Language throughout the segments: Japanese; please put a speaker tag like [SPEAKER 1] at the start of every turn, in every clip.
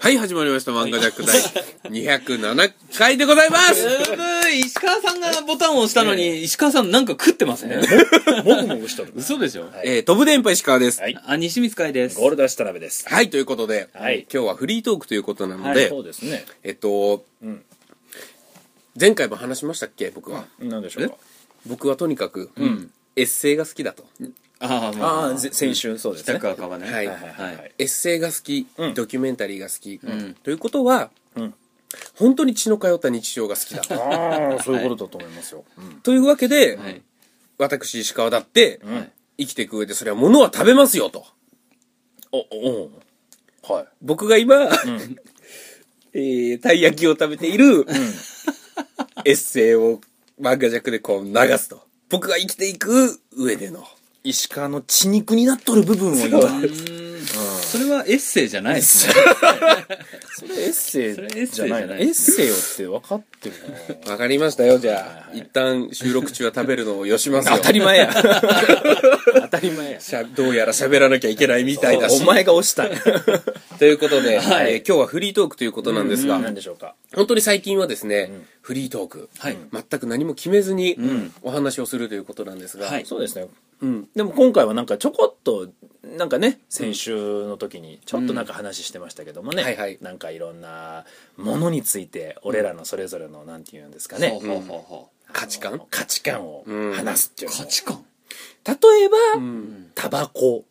[SPEAKER 1] はい、始まりました。漫画ジャック第207回でございます
[SPEAKER 2] 石川さんがボタンを押したのに、石川さんなんか食ってますね。
[SPEAKER 3] もぐもぐしとる。
[SPEAKER 2] 嘘でしょ
[SPEAKER 1] えー、飛ぶ電波石川です。
[SPEAKER 3] はい
[SPEAKER 2] あ、西光海です
[SPEAKER 3] ゴ。ールダッシュ田辺です。
[SPEAKER 1] はい、ということで、
[SPEAKER 3] はい
[SPEAKER 1] 今日はフリートークということなの
[SPEAKER 2] は
[SPEAKER 1] で、
[SPEAKER 2] い
[SPEAKER 3] そうですね。
[SPEAKER 1] えっと、
[SPEAKER 3] ん
[SPEAKER 1] 前回も話しましたっけ僕は。
[SPEAKER 3] なんでしょうか。
[SPEAKER 1] 僕はとにかく、エッセイが好きだと。
[SPEAKER 2] ああ、まあ、
[SPEAKER 3] ああ、ぜ先週そうです
[SPEAKER 2] 北
[SPEAKER 3] ね。
[SPEAKER 2] 川かはね。
[SPEAKER 1] はい
[SPEAKER 3] はいはいはい。
[SPEAKER 1] エッセイが好き、
[SPEAKER 3] うん
[SPEAKER 1] ドキュメンタリーが好き、ということは、
[SPEAKER 3] うん
[SPEAKER 1] 本当に血の通った日常が好きだと。
[SPEAKER 3] ああ、そういうことだと思いますよ。
[SPEAKER 1] というわけで、
[SPEAKER 2] はい
[SPEAKER 1] 私石川だって、
[SPEAKER 3] ん
[SPEAKER 1] 生きていく上でそれは物は食べますよと。
[SPEAKER 3] お、お、はい。
[SPEAKER 1] 僕が今、 えーたい焼きを食べている、エッセイを漫画弱でこう流すと。僕が生きていく上での。
[SPEAKER 3] 石川の血肉になっとる部分を今、
[SPEAKER 2] それはエッセイじゃないですね。
[SPEAKER 3] それエッセ
[SPEAKER 2] それエッセイ
[SPEAKER 3] イ
[SPEAKER 2] じ
[SPEAKER 3] じ
[SPEAKER 2] ゃ
[SPEAKER 3] ゃ
[SPEAKER 2] な
[SPEAKER 3] ないいエッセイをって分かってる
[SPEAKER 1] わかりましたよ、じゃあ。一旦収録中は食べるのをよしますよ。当たり前や。
[SPEAKER 3] な。 当たり前や。
[SPEAKER 1] どうやら喋らなきゃいけないみたいだし。
[SPEAKER 3] お前が押した い。
[SPEAKER 1] ということで、えー今日はフリートークということなんですが、
[SPEAKER 3] なんでしょうか。
[SPEAKER 1] 本当に最近はですね、フリートーク、
[SPEAKER 2] はい
[SPEAKER 1] 全く何も決めずにお話をするということなんですが、
[SPEAKER 2] はい
[SPEAKER 3] そうですね。
[SPEAKER 1] うん、
[SPEAKER 3] でも今回はなんかちょこっとなんかね先週の時にちょっとなんか話してましたけどもね、
[SPEAKER 1] うんはいはい
[SPEAKER 3] なんかいろんなものについて俺らのそれぞれのなんていうんですかね
[SPEAKER 2] ほう、ほうほうほう
[SPEAKER 1] 価値観
[SPEAKER 3] 価値観を話すっていうのも、
[SPEAKER 2] 価値観
[SPEAKER 3] 例えば、タバコ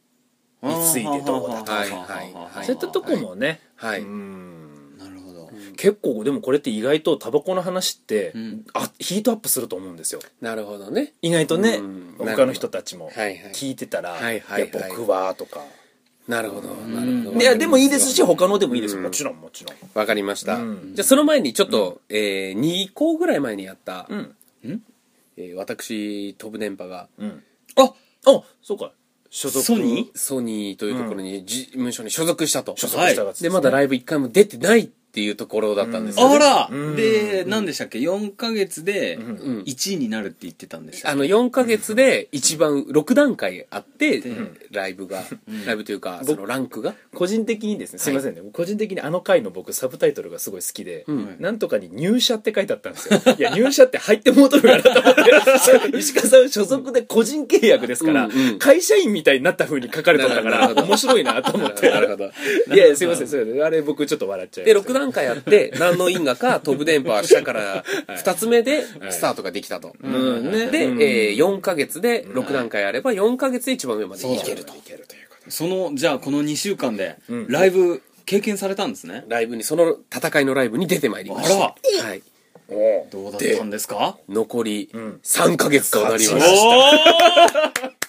[SPEAKER 3] についてどうだとか、
[SPEAKER 1] はいはいはい
[SPEAKER 3] そういったとこもね、
[SPEAKER 1] はい、
[SPEAKER 3] うん
[SPEAKER 2] なるほど。
[SPEAKER 3] 結構でもこれって意外とタバコの話って、
[SPEAKER 2] ん
[SPEAKER 3] あヒートアップすると思うんですよ
[SPEAKER 1] なるほどね
[SPEAKER 3] 意外とね、
[SPEAKER 1] うん
[SPEAKER 3] 他の人たちも
[SPEAKER 1] はいはい
[SPEAKER 3] 聞いてたら「
[SPEAKER 1] はいはいはい
[SPEAKER 3] や僕は」とか。
[SPEAKER 1] なるほどなるほど
[SPEAKER 3] いや、でもいいですし、他のでもいいです。もちろん、もちろん。
[SPEAKER 1] わかりました、
[SPEAKER 3] うん
[SPEAKER 1] じゃあその前にちょっと、えー、2個ぐらい前にやった、
[SPEAKER 3] ん
[SPEAKER 1] えー私飛ぶ電波が
[SPEAKER 3] うん。
[SPEAKER 2] あ
[SPEAKER 3] あ、そうか。所属。
[SPEAKER 2] ソニ
[SPEAKER 1] ソニーというところに事務所に所属したと、
[SPEAKER 3] 所属したやつ
[SPEAKER 1] でまだライブ1回も出てないっていうところだったんですよね、
[SPEAKER 2] あら
[SPEAKER 3] うん
[SPEAKER 2] で、何でしたっけ ?4 ヶ月で
[SPEAKER 1] ん
[SPEAKER 2] 1位になるって言ってたんですよ
[SPEAKER 1] あの4ヶ月で一番6段階あって、ライブが、ライブというかそのランクが
[SPEAKER 3] 個人的にですね、すいませんね。個人的にあの回の僕、サブタイトルがすごい好きで、なんとかに入社って書いてあったんですよ。いや、入社って入って戻るからと思 って、石川さん所属で個人契約ですから、
[SPEAKER 1] うんうん
[SPEAKER 3] 会社員みたいになった風に書かれてたか
[SPEAKER 1] なるほ
[SPEAKER 3] ら、
[SPEAKER 1] ど
[SPEAKER 3] 面白いなと思って。
[SPEAKER 1] なるほど
[SPEAKER 3] いや、すいません、そうですあれ僕ちょっと笑っちゃい ま
[SPEAKER 1] で
[SPEAKER 3] した
[SPEAKER 1] 6段階あって何の因果か飛ぶ電波は下から2つ目でスタートができたと、
[SPEAKER 3] うんね
[SPEAKER 1] で、
[SPEAKER 3] うん
[SPEAKER 1] えー、4ヶ月で6段階あれば4ヶ月で一番上までいけると
[SPEAKER 3] いけるということ
[SPEAKER 2] その、じゃあこの2週間で、
[SPEAKER 3] ん
[SPEAKER 2] ライブ経験されたんですね。
[SPEAKER 1] ライブにその戦いのライブに出てまいりまし
[SPEAKER 2] あ
[SPEAKER 1] た、はい、
[SPEAKER 3] お
[SPEAKER 2] どうだったんですか
[SPEAKER 1] 残り
[SPEAKER 3] ん
[SPEAKER 1] 3ヶ月となりました、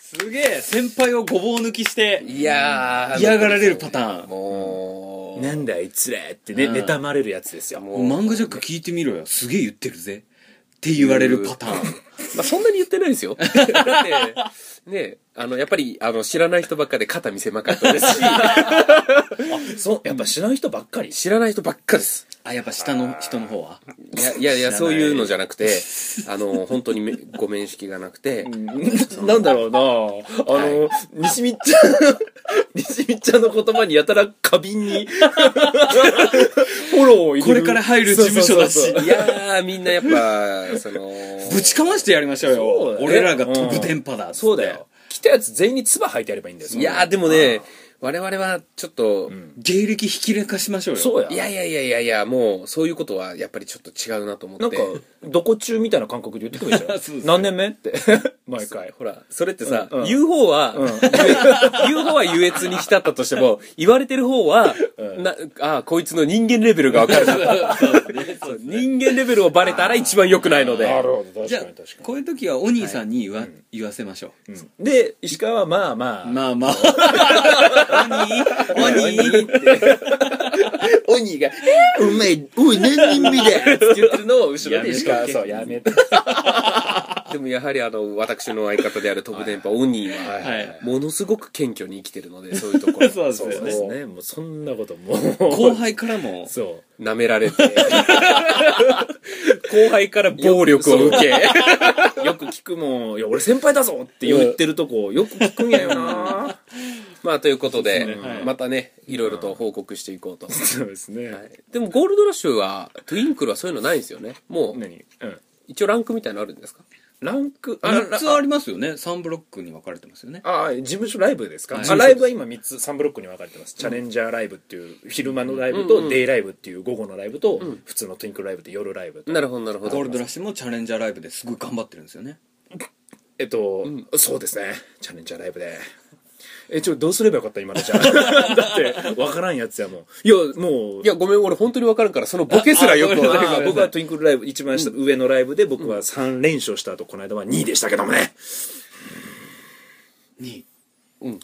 [SPEAKER 2] すげえ先輩をごぼう抜きして、
[SPEAKER 1] いやー
[SPEAKER 2] 嫌がられるパターン。
[SPEAKER 1] もう、
[SPEAKER 3] なんだあいつらってね、
[SPEAKER 2] うん
[SPEAKER 3] 妬まれるやつですよ。
[SPEAKER 1] もう
[SPEAKER 2] 漫画ジャック聞いてみろよ。すげえ言ってるぜ。って言われるパターン。
[SPEAKER 1] まあ、そんなに言ってないですよ。だって、ね、あの、やっぱり、あの、知らない人ばっかで肩見せまかったですし、
[SPEAKER 3] そう、やっぱ知らん人ばっかり。
[SPEAKER 1] 知らない人ばっかです。
[SPEAKER 2] あ、やっぱ下の人の方はい
[SPEAKER 1] や、いやいや、
[SPEAKER 3] 知らない
[SPEAKER 1] そういうのじゃなくて、あの、本当にめご面識がなくて、
[SPEAKER 3] なんだろうなあの、西見ちゃん、 西見ちゃんの言葉にやたら過敏 に、フォローを入れる。
[SPEAKER 2] これから入る事務所だし
[SPEAKER 3] そうそうそう
[SPEAKER 1] いやー、みんなやっぱ、そ の、
[SPEAKER 2] ぶちかましてやりましょうよ。
[SPEAKER 3] そうだね
[SPEAKER 2] 俺らが飛ぶ電波だっつって
[SPEAKER 3] そうだよ。。来たやつ全員に唾吐いてやればいいんだよ。
[SPEAKER 1] いやー、でもね、我々はちょっと、
[SPEAKER 2] 芸歴ひきらかしましょうよ。
[SPEAKER 3] そうや。
[SPEAKER 1] いやいやいやいやいや、もう、そういうことはやっぱりちょっと違うなと思って。
[SPEAKER 3] なんか、どこ中みたいな感覚で言ってくるじゃん
[SPEAKER 2] そうそう
[SPEAKER 3] 何年目って。毎回。
[SPEAKER 1] ほら、それってさ、
[SPEAKER 3] うんうん
[SPEAKER 1] 言う方は、 言う方は優越に浸ったとしても、言われてる方は、な、あこいつの人間レベルが分かる な。そう人間レベルをバレたら一番良くないので。
[SPEAKER 3] ほど、
[SPEAKER 2] じゃあ、こういう時はお兄さんに言わ,、言わせましょう。
[SPEAKER 3] で、石川はまあまあ、
[SPEAKER 2] まあまあ。
[SPEAKER 3] オニーって。オニーが、えーお前、おい、何人目だって言ってるのを後ろで石川、そう、やめて。
[SPEAKER 1] でもやはりあの、私の相方である飛ぶ電波、オニーは、
[SPEAKER 2] はい
[SPEAKER 1] ものすごく謙虚に生きてるので、そういうとこ ろ。
[SPEAKER 2] そうです
[SPEAKER 3] そう
[SPEAKER 2] よ
[SPEAKER 3] で
[SPEAKER 2] ね。
[SPEAKER 3] すね。もうそんなこともう、
[SPEAKER 2] 後輩からも、
[SPEAKER 3] そ
[SPEAKER 1] 舐められて。後輩から暴力を受け。
[SPEAKER 3] う。よく聞くもん、いや、俺先輩だぞって言ってるとこ、よく聞くんやよな
[SPEAKER 1] まあということで
[SPEAKER 2] そうですねはい
[SPEAKER 1] またねいろいろと報告していこうと、
[SPEAKER 3] そうですね、
[SPEAKER 1] はいでもゴールドラッシュはトゥインクルはそういうのないんですよねもう
[SPEAKER 3] 何うん
[SPEAKER 1] 一応ランクみたいなのあるんですか
[SPEAKER 3] ランクあ
[SPEAKER 2] 3
[SPEAKER 3] ら
[SPEAKER 2] つありますよね3ブロックに分かれてますよね
[SPEAKER 3] あ事務所ライブですか、
[SPEAKER 2] はい
[SPEAKER 3] あライブは今3つ3ブロックに分かれてます、チャレンジャーライブっていう昼間のライブと、
[SPEAKER 1] うんうん
[SPEAKER 3] デイライブっていう午後のライブと、普通のトゥインクルライブって夜ライブと
[SPEAKER 1] なるほどなるほ
[SPEAKER 2] ゴー
[SPEAKER 1] ど
[SPEAKER 2] ルドラッシュもチャレンジャーライブですごい頑張ってるんですよね
[SPEAKER 3] えっと、そうですねチャレンジャーライブでえちょどうすればよかった今のじゃあ だって分からんやつやもんいやもう
[SPEAKER 1] いやごめん俺本当に分からんからそのボケすらよく
[SPEAKER 3] 僕
[SPEAKER 1] わ
[SPEAKER 3] は
[SPEAKER 1] か
[SPEAKER 3] だから
[SPEAKER 1] な
[SPEAKER 3] ら
[SPEAKER 1] い
[SPEAKER 3] 僕はトゥインクルライブ一番下、上のライブで僕は3連勝した後この間は2位でしたけどもね、
[SPEAKER 2] 2位
[SPEAKER 1] うん
[SPEAKER 3] はい、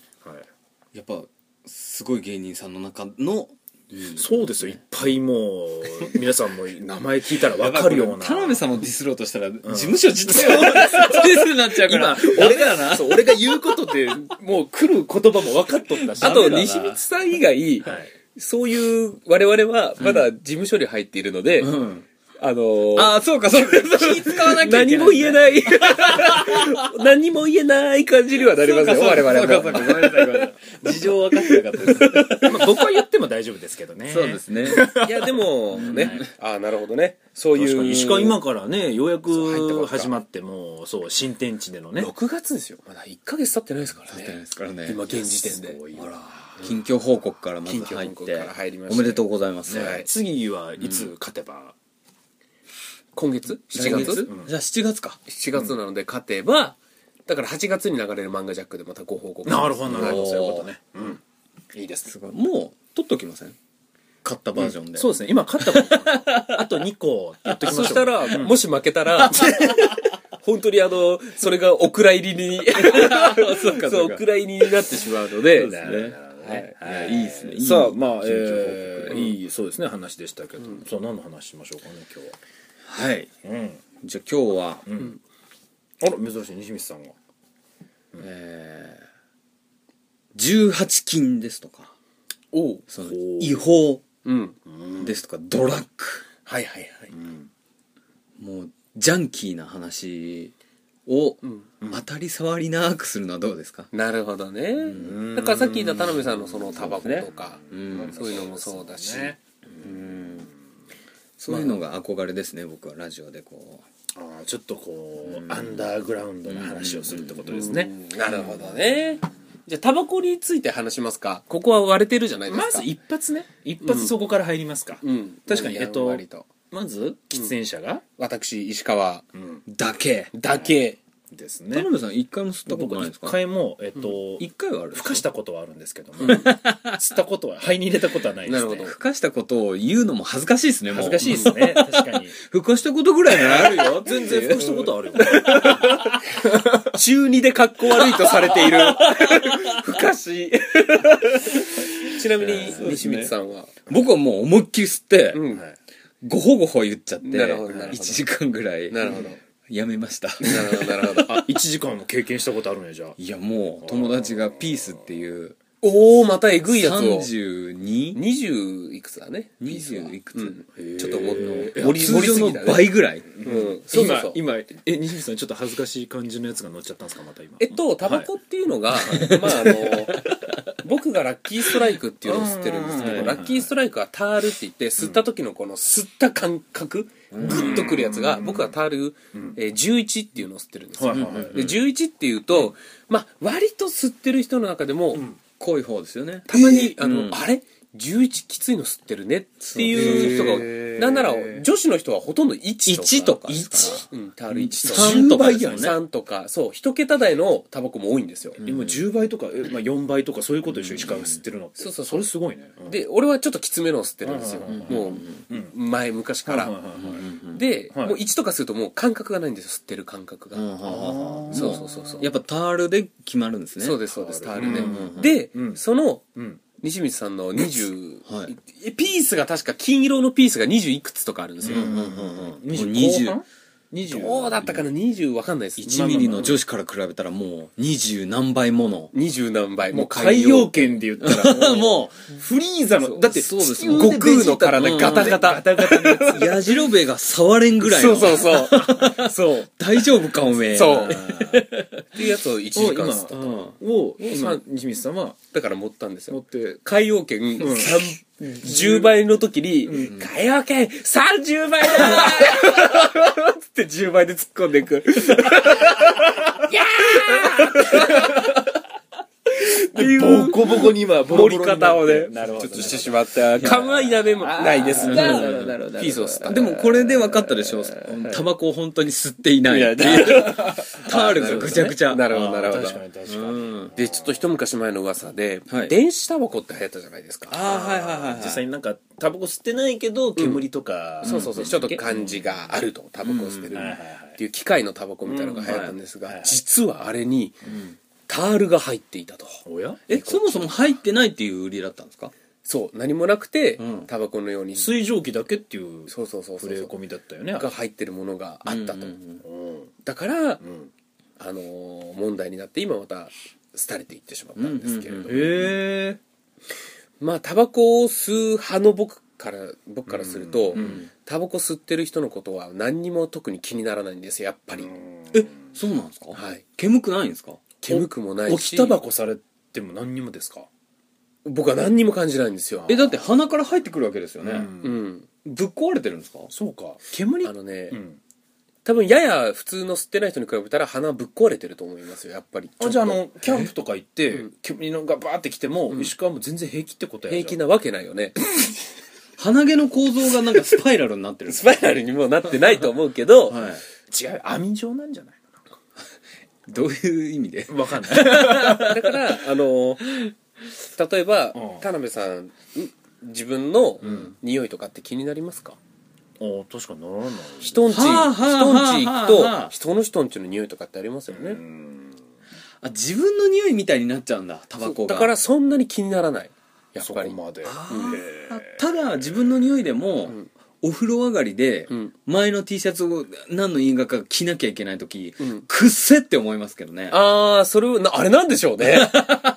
[SPEAKER 2] やっぱすごい芸人さんの中の2位
[SPEAKER 3] そうですよいっぱいもう皆さんも名前聞いたら分か るような
[SPEAKER 2] 田辺さんをディスろうとしたら事務所自体をディスになっちゃうから
[SPEAKER 3] 俺 がそう俺が言うことでもう来る言葉も分かっとったし
[SPEAKER 1] あと
[SPEAKER 3] ダメだな
[SPEAKER 1] 西光さん以外、
[SPEAKER 3] はい
[SPEAKER 1] そういう我々はまだ事務所に入っているので、
[SPEAKER 2] うん
[SPEAKER 1] あのー
[SPEAKER 2] ああそうかそうか気使わなきゃいけない
[SPEAKER 1] 何も言えない何も言えない感じにはなりますよ我々
[SPEAKER 2] そうかそうか
[SPEAKER 1] も
[SPEAKER 2] ごめんなさいごめんなさい事情分かってなかったです
[SPEAKER 3] まあ僕は言っても大丈夫ですけどね
[SPEAKER 2] そうですね
[SPEAKER 1] いやでもね、ああなるほどねそう
[SPEAKER 3] 確
[SPEAKER 1] い
[SPEAKER 3] か
[SPEAKER 1] う
[SPEAKER 3] に石川今からねようや
[SPEAKER 1] う入ったばっ
[SPEAKER 3] く
[SPEAKER 1] か
[SPEAKER 3] 始まってもうそう新天地でのね
[SPEAKER 1] 6月ですよまだ1ヶ月経ってないですから
[SPEAKER 2] ってない
[SPEAKER 1] ね
[SPEAKER 2] ですからね
[SPEAKER 1] 今現時点です
[SPEAKER 3] ごいよ
[SPEAKER 1] ほら
[SPEAKER 2] 近況報告からまず
[SPEAKER 1] 近況
[SPEAKER 2] 入っ
[SPEAKER 1] 報告
[SPEAKER 2] て
[SPEAKER 1] から入りました
[SPEAKER 2] おめでとうございます、
[SPEAKER 1] ねはい
[SPEAKER 3] 次はいつ勝てば、
[SPEAKER 1] 今月
[SPEAKER 2] 来
[SPEAKER 1] 7月
[SPEAKER 2] うんじゃあ7月か
[SPEAKER 1] 7月なので勝てばだから8月に流れる「漫画ジャック」でまたご報告
[SPEAKER 3] なるほどなるほ
[SPEAKER 1] お
[SPEAKER 3] ど
[SPEAKER 1] ー
[SPEAKER 3] そういうことね、うん、いいです
[SPEAKER 2] すごいもう取っときません買ったバージョンで、
[SPEAKER 3] そうですね今勝ったもんあと2個やっときましょ
[SPEAKER 1] そうしたら、もし負けたら本当にあのそれがお蔵入りにそう
[SPEAKER 2] か
[SPEAKER 1] お蔵入りになってしまうの
[SPEAKER 2] で
[SPEAKER 1] で
[SPEAKER 2] すね
[SPEAKER 1] はい
[SPEAKER 2] いやいいですねいい
[SPEAKER 3] さあま
[SPEAKER 2] 緊急報
[SPEAKER 3] あ、
[SPEAKER 2] 告
[SPEAKER 3] えーいいそうですね話でしたけど、さあ何の話しましょうかね
[SPEAKER 2] はい
[SPEAKER 3] 今日は、うん、
[SPEAKER 2] じゃあ今日は、
[SPEAKER 3] あら珍しい西光さんが
[SPEAKER 2] えー、18禁ですとか
[SPEAKER 1] おう
[SPEAKER 2] その
[SPEAKER 3] お
[SPEAKER 2] 違法
[SPEAKER 1] うん
[SPEAKER 2] ですとか、ドラッ
[SPEAKER 1] はいはいはい
[SPEAKER 2] グもうジャンキーな話を
[SPEAKER 1] ん
[SPEAKER 2] 当たり障りなくするのはどうですか、
[SPEAKER 1] なるほどね
[SPEAKER 3] ん
[SPEAKER 1] だからさっき言った田辺さんのそのタバコとか
[SPEAKER 2] うん
[SPEAKER 1] そういうのもそうだし
[SPEAKER 3] ね
[SPEAKER 2] そういうのが憧れですね僕はラジオでこ
[SPEAKER 3] あーちょっとこう、アンダーグラウンドな話をするってことですね、
[SPEAKER 1] うんなるほどねじゃあタバコについて話しますかここは割れてるじゃないですか
[SPEAKER 3] まず一発ね一発そこから入りますか、
[SPEAKER 1] うん
[SPEAKER 3] 確かにえっと
[SPEAKER 1] 割と
[SPEAKER 3] まず喫煙者が、
[SPEAKER 1] 私石川
[SPEAKER 2] うだけ
[SPEAKER 1] だけ
[SPEAKER 3] です
[SPEAKER 2] 田
[SPEAKER 3] ね
[SPEAKER 2] 辺さん一回も吸ったこと
[SPEAKER 3] 僕
[SPEAKER 2] ないで
[SPEAKER 3] 一
[SPEAKER 2] すか
[SPEAKER 3] 回もえっと、
[SPEAKER 2] 一回はあるでしょ
[SPEAKER 3] ふかしたことはあるんですけども、吸ったことは肺に入れたことはないです
[SPEAKER 1] なる
[SPEAKER 3] ね
[SPEAKER 1] ほど
[SPEAKER 2] ふかしたことを言うのも恥ずかしいですねもう
[SPEAKER 3] 恥ずかしいですね確かに
[SPEAKER 2] ふかしたことぐらいならあるよ
[SPEAKER 3] 全然ふかしたことある よ
[SPEAKER 1] 中二で格好悪いとされているふかしちなみに
[SPEAKER 2] そうです
[SPEAKER 1] 西
[SPEAKER 2] ね
[SPEAKER 1] 光さんは
[SPEAKER 2] 僕はもう思いっきり吸って、
[SPEAKER 1] うん
[SPEAKER 3] はい
[SPEAKER 2] ごほごほ言っちゃって
[SPEAKER 1] なるほどなるほど
[SPEAKER 2] 1時間ぐらい
[SPEAKER 1] なるほど
[SPEAKER 2] やめました
[SPEAKER 1] なるほどなるほどあ
[SPEAKER 3] 1時間も経験したことあるねじゃあ
[SPEAKER 2] いやもう友達がピースっていう
[SPEAKER 1] おおまたえぐいやつを
[SPEAKER 2] 3220
[SPEAKER 1] 20いくつだね
[SPEAKER 2] いくつ、
[SPEAKER 1] うんちょっともっと
[SPEAKER 2] 盛り盛りすぎたね通常の倍ぐらい
[SPEAKER 1] うんそうそうそう
[SPEAKER 3] 今今え西口さんちょっと恥ずかしい感じのやつが乗っちゃったんですかまた今
[SPEAKER 1] えっとタバコっていうのが、まああの僕がラッキーストライクっていうのを吸ってるんですけ
[SPEAKER 3] うん
[SPEAKER 1] ど、
[SPEAKER 3] うんうん
[SPEAKER 1] ラッキーストライクはタールって言って吸った時のこの吸った感覚、グッとくるやつが僕はタール、えー11っていうのを吸ってるんですよ、
[SPEAKER 3] はいはいはい
[SPEAKER 1] で11っていうと、まあ割と吸ってる人の中でも、
[SPEAKER 2] 濃い方ですよね
[SPEAKER 1] たまに、あの、
[SPEAKER 2] うん
[SPEAKER 1] あれ11きついの吸ってるねっていう人
[SPEAKER 3] そうへー
[SPEAKER 1] がなんなら女子の人はほとんど1
[SPEAKER 2] 1
[SPEAKER 1] と
[SPEAKER 2] と
[SPEAKER 1] か
[SPEAKER 2] か
[SPEAKER 1] ですからうん、タール1とか
[SPEAKER 2] 3とかですよね
[SPEAKER 1] 3とかそう一桁台のタバコも多いんですよ、
[SPEAKER 3] 今10倍とか、えまあ、4倍とかそういうことでしょ石川が吸ってるのって
[SPEAKER 1] そうそうそう
[SPEAKER 3] それすごいね、うん
[SPEAKER 1] で俺はちょっときつめのを吸ってるんですよ、
[SPEAKER 3] うん
[SPEAKER 1] もう前昔から、
[SPEAKER 3] はいはいはいはい
[SPEAKER 1] で、
[SPEAKER 3] はい
[SPEAKER 1] もう1とかするともう感覚がないんですよ吸ってる感覚が、
[SPEAKER 2] うんはあはあはあ
[SPEAKER 1] そうそうそうそう
[SPEAKER 2] やっぱタールで決まるんですね
[SPEAKER 1] そうですそうですタ
[SPEAKER 3] タ
[SPEAKER 1] ー
[SPEAKER 3] ー
[SPEAKER 1] ル
[SPEAKER 3] ル
[SPEAKER 2] う
[SPEAKER 1] で、
[SPEAKER 2] んうんうん
[SPEAKER 1] で、
[SPEAKER 3] うん
[SPEAKER 1] その
[SPEAKER 3] うん
[SPEAKER 1] 西光さんの20、
[SPEAKER 2] はい
[SPEAKER 1] えピースが確か金色のピースが20いくつとかあるんですよ、
[SPEAKER 2] うんうんうんもう
[SPEAKER 3] 20後半20
[SPEAKER 1] どうだったかな20わかんないです
[SPEAKER 2] 1ミリの女子から比べたらもう二十何倍も の。
[SPEAKER 1] 二十何倍
[SPEAKER 3] もう海洋圏で言ったら も
[SPEAKER 2] も
[SPEAKER 3] うフリーザのだって
[SPEAKER 2] そうです
[SPEAKER 3] 地球
[SPEAKER 1] 悟
[SPEAKER 3] で
[SPEAKER 1] 空の
[SPEAKER 3] ベジ
[SPEAKER 1] 体
[SPEAKER 3] ータ
[SPEAKER 1] ガタガタ
[SPEAKER 3] ガタガタのや
[SPEAKER 2] う、矢じろべが触れんぐらい
[SPEAKER 1] そ
[SPEAKER 2] の。
[SPEAKER 1] うそうそう
[SPEAKER 3] つそう
[SPEAKER 2] 大丈夫か、おめえ。
[SPEAKER 1] そうっていうやつを1時間吸った
[SPEAKER 2] うん。
[SPEAKER 3] を今西光さんは
[SPEAKER 1] だから持ったんです
[SPEAKER 3] 持っ
[SPEAKER 1] よ
[SPEAKER 3] て
[SPEAKER 1] 海洋圏3 10倍の時に、海洋圏30倍だーつって10倍で突っ込んでいく。いやー
[SPEAKER 3] ボコボコに今ボロボ
[SPEAKER 1] 盛
[SPEAKER 3] ロに
[SPEAKER 1] り
[SPEAKER 3] なって
[SPEAKER 1] 方をね、
[SPEAKER 3] なるほ
[SPEAKER 1] ちょ
[SPEAKER 3] ど
[SPEAKER 1] っとしてしまった。かわいいなめもないです。
[SPEAKER 3] なるほどなるほど
[SPEAKER 1] ピースを吸った。
[SPEAKER 2] でもこれで分かったでしょタバコを本当に吸っていない
[SPEAKER 1] いや
[SPEAKER 2] っていう。 タオルがぐちゃぐちゃ。
[SPEAKER 1] なるほど、なるほど。
[SPEAKER 3] 確かに確かに、
[SPEAKER 2] うん。
[SPEAKER 1] で、ちょっと一昔前の噂で、
[SPEAKER 2] はい
[SPEAKER 1] 電子タバコって流行ったじゃないですか。
[SPEAKER 2] ああ、はいはいはい。
[SPEAKER 3] 実際になんかタバコ吸ってないけど煙とか、
[SPEAKER 1] そうそうそう。ちょっと感じがあると、タバコを捨てる
[SPEAKER 3] はいはいはい
[SPEAKER 1] っていう機械のタバコみたいなのが流行ったんです
[SPEAKER 3] うんはい
[SPEAKER 1] が
[SPEAKER 3] は、い
[SPEAKER 1] 実はあれに、タールが入っていたと。
[SPEAKER 3] おや
[SPEAKER 2] え、そもそも入ってないっていう売りだったんですか
[SPEAKER 1] そう、何もなくて
[SPEAKER 2] うん、
[SPEAKER 1] タバコのように、そう
[SPEAKER 3] 水蒸気だけっていう
[SPEAKER 1] そうそうそう
[SPEAKER 3] 触れ込みだったよね
[SPEAKER 1] が入ってるものがあった
[SPEAKER 2] う
[SPEAKER 1] と
[SPEAKER 2] ん。うん
[SPEAKER 3] うん
[SPEAKER 1] だから、
[SPEAKER 3] うん
[SPEAKER 1] あのー問題になって、今また、廃れていってしまったんですけれども。
[SPEAKER 3] へえ
[SPEAKER 1] まあタバコを吸う派の僕から僕からすると、
[SPEAKER 2] ん
[SPEAKER 1] タバコ吸ってる人のことは何にも特に気にならないんですよやっぱり、
[SPEAKER 2] え、そうなんですか
[SPEAKER 1] はい。
[SPEAKER 2] 煙くないんですか
[SPEAKER 1] 煙くもない
[SPEAKER 3] 置き
[SPEAKER 1] した
[SPEAKER 3] ばこされても何にもですか
[SPEAKER 1] 僕は何にも感じないんですよ
[SPEAKER 2] え、だって鼻から入ってくるわけですよね。
[SPEAKER 1] うん
[SPEAKER 2] ぶっ壊れてるんですか
[SPEAKER 3] そうか煙
[SPEAKER 1] あのね、
[SPEAKER 3] うん
[SPEAKER 1] 多分やや普通の吸ってない人に比べたら鼻ぶっ壊れてると思いますよやっぱり
[SPEAKER 3] あじゃああのキャンプとか行って煙のがバーって来ても、石川も全然平気ってことや
[SPEAKER 1] 平気
[SPEAKER 3] な
[SPEAKER 1] なわけないよね
[SPEAKER 2] 鼻毛の構造がなんかスパイラルになってる。
[SPEAKER 1] スパイラルにもなってないと思うけど、
[SPEAKER 2] はい。
[SPEAKER 3] 違う網状なんじゃない
[SPEAKER 2] どういう意味で
[SPEAKER 3] わかんない
[SPEAKER 1] だから あの例えば、
[SPEAKER 3] うん
[SPEAKER 1] 田辺さんん自分の匂いとかって気になりますか、
[SPEAKER 3] お確かにならない
[SPEAKER 1] 人んち、
[SPEAKER 2] はあはあはあ
[SPEAKER 1] 人んち行
[SPEAKER 2] はあは
[SPEAKER 1] く
[SPEAKER 2] あ
[SPEAKER 1] と、人の人んちの匂いとかってありますよね。
[SPEAKER 2] あ、自分の匂いみたいになっちゃうんだ、タバコが。
[SPEAKER 1] だからそんなに気にならない。やっ
[SPEAKER 3] そ
[SPEAKER 1] ぱ
[SPEAKER 3] こ
[SPEAKER 1] り。
[SPEAKER 3] まで
[SPEAKER 2] あーただ自分の匂いでも、お風呂上がりで、
[SPEAKER 1] ん
[SPEAKER 2] 前の T シャツを何の因果か着なきゃいけない時、
[SPEAKER 1] ん
[SPEAKER 2] くっせって思いますけどね
[SPEAKER 1] あー、それを、なあれなんでしょうね。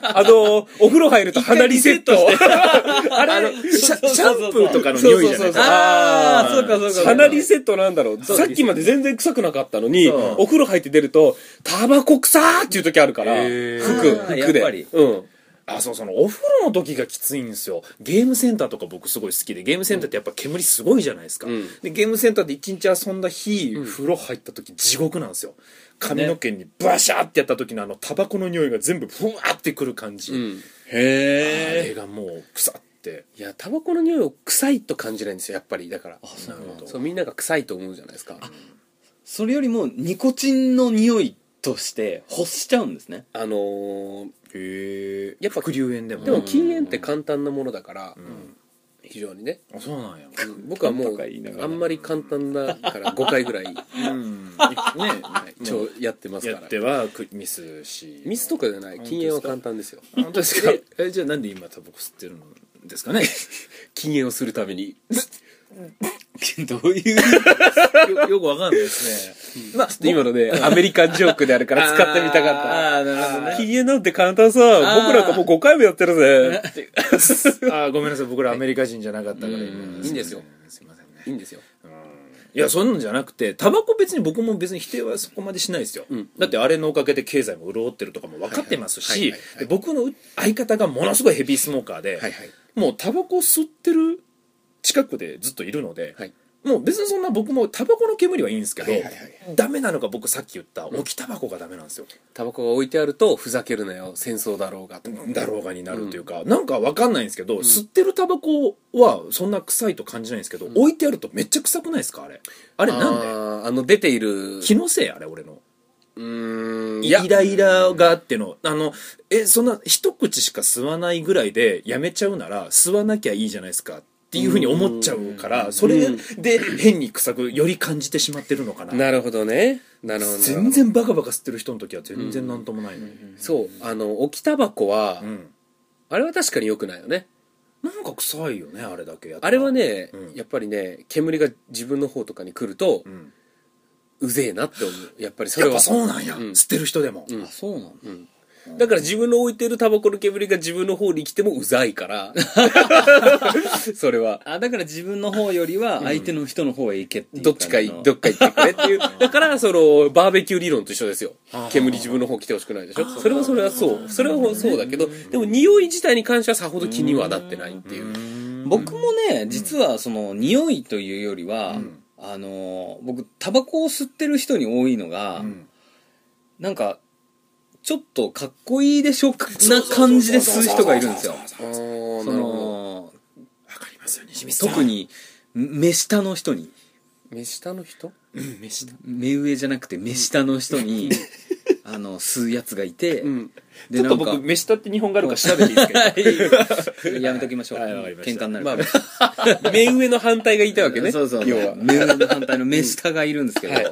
[SPEAKER 1] あの、お風呂入ると鼻リセット。 あれ、
[SPEAKER 3] シャ
[SPEAKER 2] そうそうそう
[SPEAKER 3] シャンプーとかの匂いじ
[SPEAKER 1] そう
[SPEAKER 3] ゃない
[SPEAKER 1] そうそう
[SPEAKER 2] あーそうかそうか
[SPEAKER 1] 鼻リセットなんだろう。さっきまで全然臭くなかったのに、
[SPEAKER 2] そう
[SPEAKER 1] お風呂入って出ると、タバコ臭ーっていう時あるから、
[SPEAKER 3] へ
[SPEAKER 1] 服
[SPEAKER 3] ー、
[SPEAKER 2] あー
[SPEAKER 1] 服
[SPEAKER 2] やっぱり
[SPEAKER 1] で。うん。
[SPEAKER 3] あそうそのお風呂の時がきついんですよゲームセンターとか僕すごい好きでゲームセンターってやっぱ煙すごいじゃないですか、
[SPEAKER 1] うん
[SPEAKER 3] でゲームセンターで一日遊んだ日、風呂入った時地獄なんですよ髪の毛にバシャーってやった時のあのタバコの匂いが全部ふわーってくる感じ、
[SPEAKER 1] うん。
[SPEAKER 3] あ
[SPEAKER 2] へえ
[SPEAKER 3] れがもう腐って
[SPEAKER 1] いや、タバコの匂いを臭いと感じないんですよ、やっぱり。だから。
[SPEAKER 2] そうなんだ
[SPEAKER 1] そう、みんなが臭いと思うじゃないですか。
[SPEAKER 2] それよりもニコチンの匂いとして欲しちゃうんです ね
[SPEAKER 1] あのー、
[SPEAKER 3] へえ
[SPEAKER 1] やっぱ
[SPEAKER 3] 副流煙でも
[SPEAKER 1] でも禁煙って簡単なものだから、非常にね
[SPEAKER 3] あそうなんや
[SPEAKER 1] 僕はも
[SPEAKER 2] と
[SPEAKER 1] う
[SPEAKER 2] か言いながら
[SPEAKER 1] あんまり簡単だから5回ぐらい
[SPEAKER 3] うんね
[SPEAKER 1] 一 応やってます
[SPEAKER 3] や
[SPEAKER 1] か
[SPEAKER 3] っ
[SPEAKER 1] ら
[SPEAKER 3] てはくミスし
[SPEAKER 1] ミスとかじゃない禁煙は簡単ですよ
[SPEAKER 3] 本当ですかえじゃあなんで今タバコ吸ってるんですかね
[SPEAKER 1] 禁煙をするために
[SPEAKER 2] どういう
[SPEAKER 3] よよくわかんないですね
[SPEAKER 1] まあ今のねアメリカンジョークであるから使ってみたか
[SPEAKER 2] あ
[SPEAKER 1] っ
[SPEAKER 2] ーなるほど
[SPEAKER 1] た
[SPEAKER 2] ね
[SPEAKER 1] 禁煙なんて簡単さ僕なんかもう5回もやってるぜ
[SPEAKER 3] あーごめんなさい僕らアメリカ人じゃなかったから
[SPEAKER 1] う
[SPEAKER 3] 今
[SPEAKER 1] んいいんですよ
[SPEAKER 3] すいませんね
[SPEAKER 1] いいんですよ
[SPEAKER 3] いやそんなんじゃなくてタバコ別に僕も別に否定はそこまでしないですよ、だってあれのおかげで経済も潤ってるとかも分かってます
[SPEAKER 1] はいはいはいは
[SPEAKER 3] し
[SPEAKER 1] いはい
[SPEAKER 3] で僕の相方がものすごいヘビースモーカーで、
[SPEAKER 1] はいはい
[SPEAKER 3] もうタバコ吸ってる近くでずっといるので、
[SPEAKER 1] はい
[SPEAKER 3] もう別にそんな僕もタバコの煙はいいんですけど、
[SPEAKER 1] はいはいは
[SPEAKER 3] ダメなのが僕さっき言った置きタバコがダメなんですよ、
[SPEAKER 1] タバコが置いてあるとふざけるなよ戦争だろうがと
[SPEAKER 3] だろうがになるというか、なんかわかんないんですけど、吸ってるタバコはそんな臭いと感じないんですけど、置いてあるとめっちゃ臭くないですかあれあれなんで
[SPEAKER 1] あーあの出ている
[SPEAKER 3] 気のせいあれ俺の
[SPEAKER 1] うーん
[SPEAKER 3] イライラがあってのあのえそんな一口しか吸わないぐらいでやめちゃうなら吸わなきゃいいじゃないですかっていうふうに思っちゃうからそれで変に臭くより感じてしまってるのかな
[SPEAKER 1] なるほどねなるほどなるほど
[SPEAKER 3] 全然バカバカ吸ってる人の時は全然なんともないのに
[SPEAKER 1] そうあの置きタバコは、
[SPEAKER 3] うん
[SPEAKER 1] あれは確かに良くないよね
[SPEAKER 3] なんか臭いよねあれだけやったら
[SPEAKER 1] あれはね、
[SPEAKER 3] うん
[SPEAKER 1] やっぱりね煙が自分の方とかに来ると、
[SPEAKER 3] うん
[SPEAKER 1] うぜえなって思う。やっぱりそれ
[SPEAKER 3] や
[SPEAKER 1] は。
[SPEAKER 3] っぱそうなんや、
[SPEAKER 1] うん
[SPEAKER 3] 吸ってる人でも、
[SPEAKER 1] うん
[SPEAKER 2] あ、そうなの
[SPEAKER 1] だから自分の置いてるタバコの煙が自分の方に来てもうざいから。それは。
[SPEAKER 2] あ、だから自分の方よりは相手の人の方へ行けっていう
[SPEAKER 1] どっちかい、
[SPEAKER 2] 感じ
[SPEAKER 1] ど
[SPEAKER 2] の
[SPEAKER 1] っか行ってくれって いう。だから、その、バーベキュー理論と一緒ですよ。煙自分の方来てほしくないでしょそれはそれはそう。それはそうだけど、でも匂い自体に関してはさほど気にはなってないっていう。
[SPEAKER 2] 僕もね、実はその匂いというよりは、
[SPEAKER 3] うん
[SPEAKER 2] あのー僕タバコを吸ってる人に多いのが、
[SPEAKER 3] うん
[SPEAKER 2] なんかちょっとかっこいいでしょな感じで吸う人がいるんですよ
[SPEAKER 3] そうそう
[SPEAKER 1] あ
[SPEAKER 3] そうそう
[SPEAKER 1] ー
[SPEAKER 2] そ
[SPEAKER 1] なるほど。
[SPEAKER 2] の
[SPEAKER 3] わかりますよ西光さん
[SPEAKER 2] 特に目下の人に
[SPEAKER 1] 目下の人
[SPEAKER 3] うん飯だ
[SPEAKER 2] 目上じゃなくて目下の人に、 あの吸うやつがいて、
[SPEAKER 1] ん。
[SPEAKER 2] でなんか
[SPEAKER 3] 飯だって日本がある
[SPEAKER 2] から
[SPEAKER 3] 調べていいですけど
[SPEAKER 2] やめときましょう、
[SPEAKER 3] はいわかりました
[SPEAKER 2] 喧嘩になるか
[SPEAKER 1] ま
[SPEAKER 2] ら、
[SPEAKER 1] あ、目上の反対がいたわけね。
[SPEAKER 2] そうそう
[SPEAKER 1] 要は。
[SPEAKER 2] 目上の反対の目下がいるんですけど、
[SPEAKER 1] はい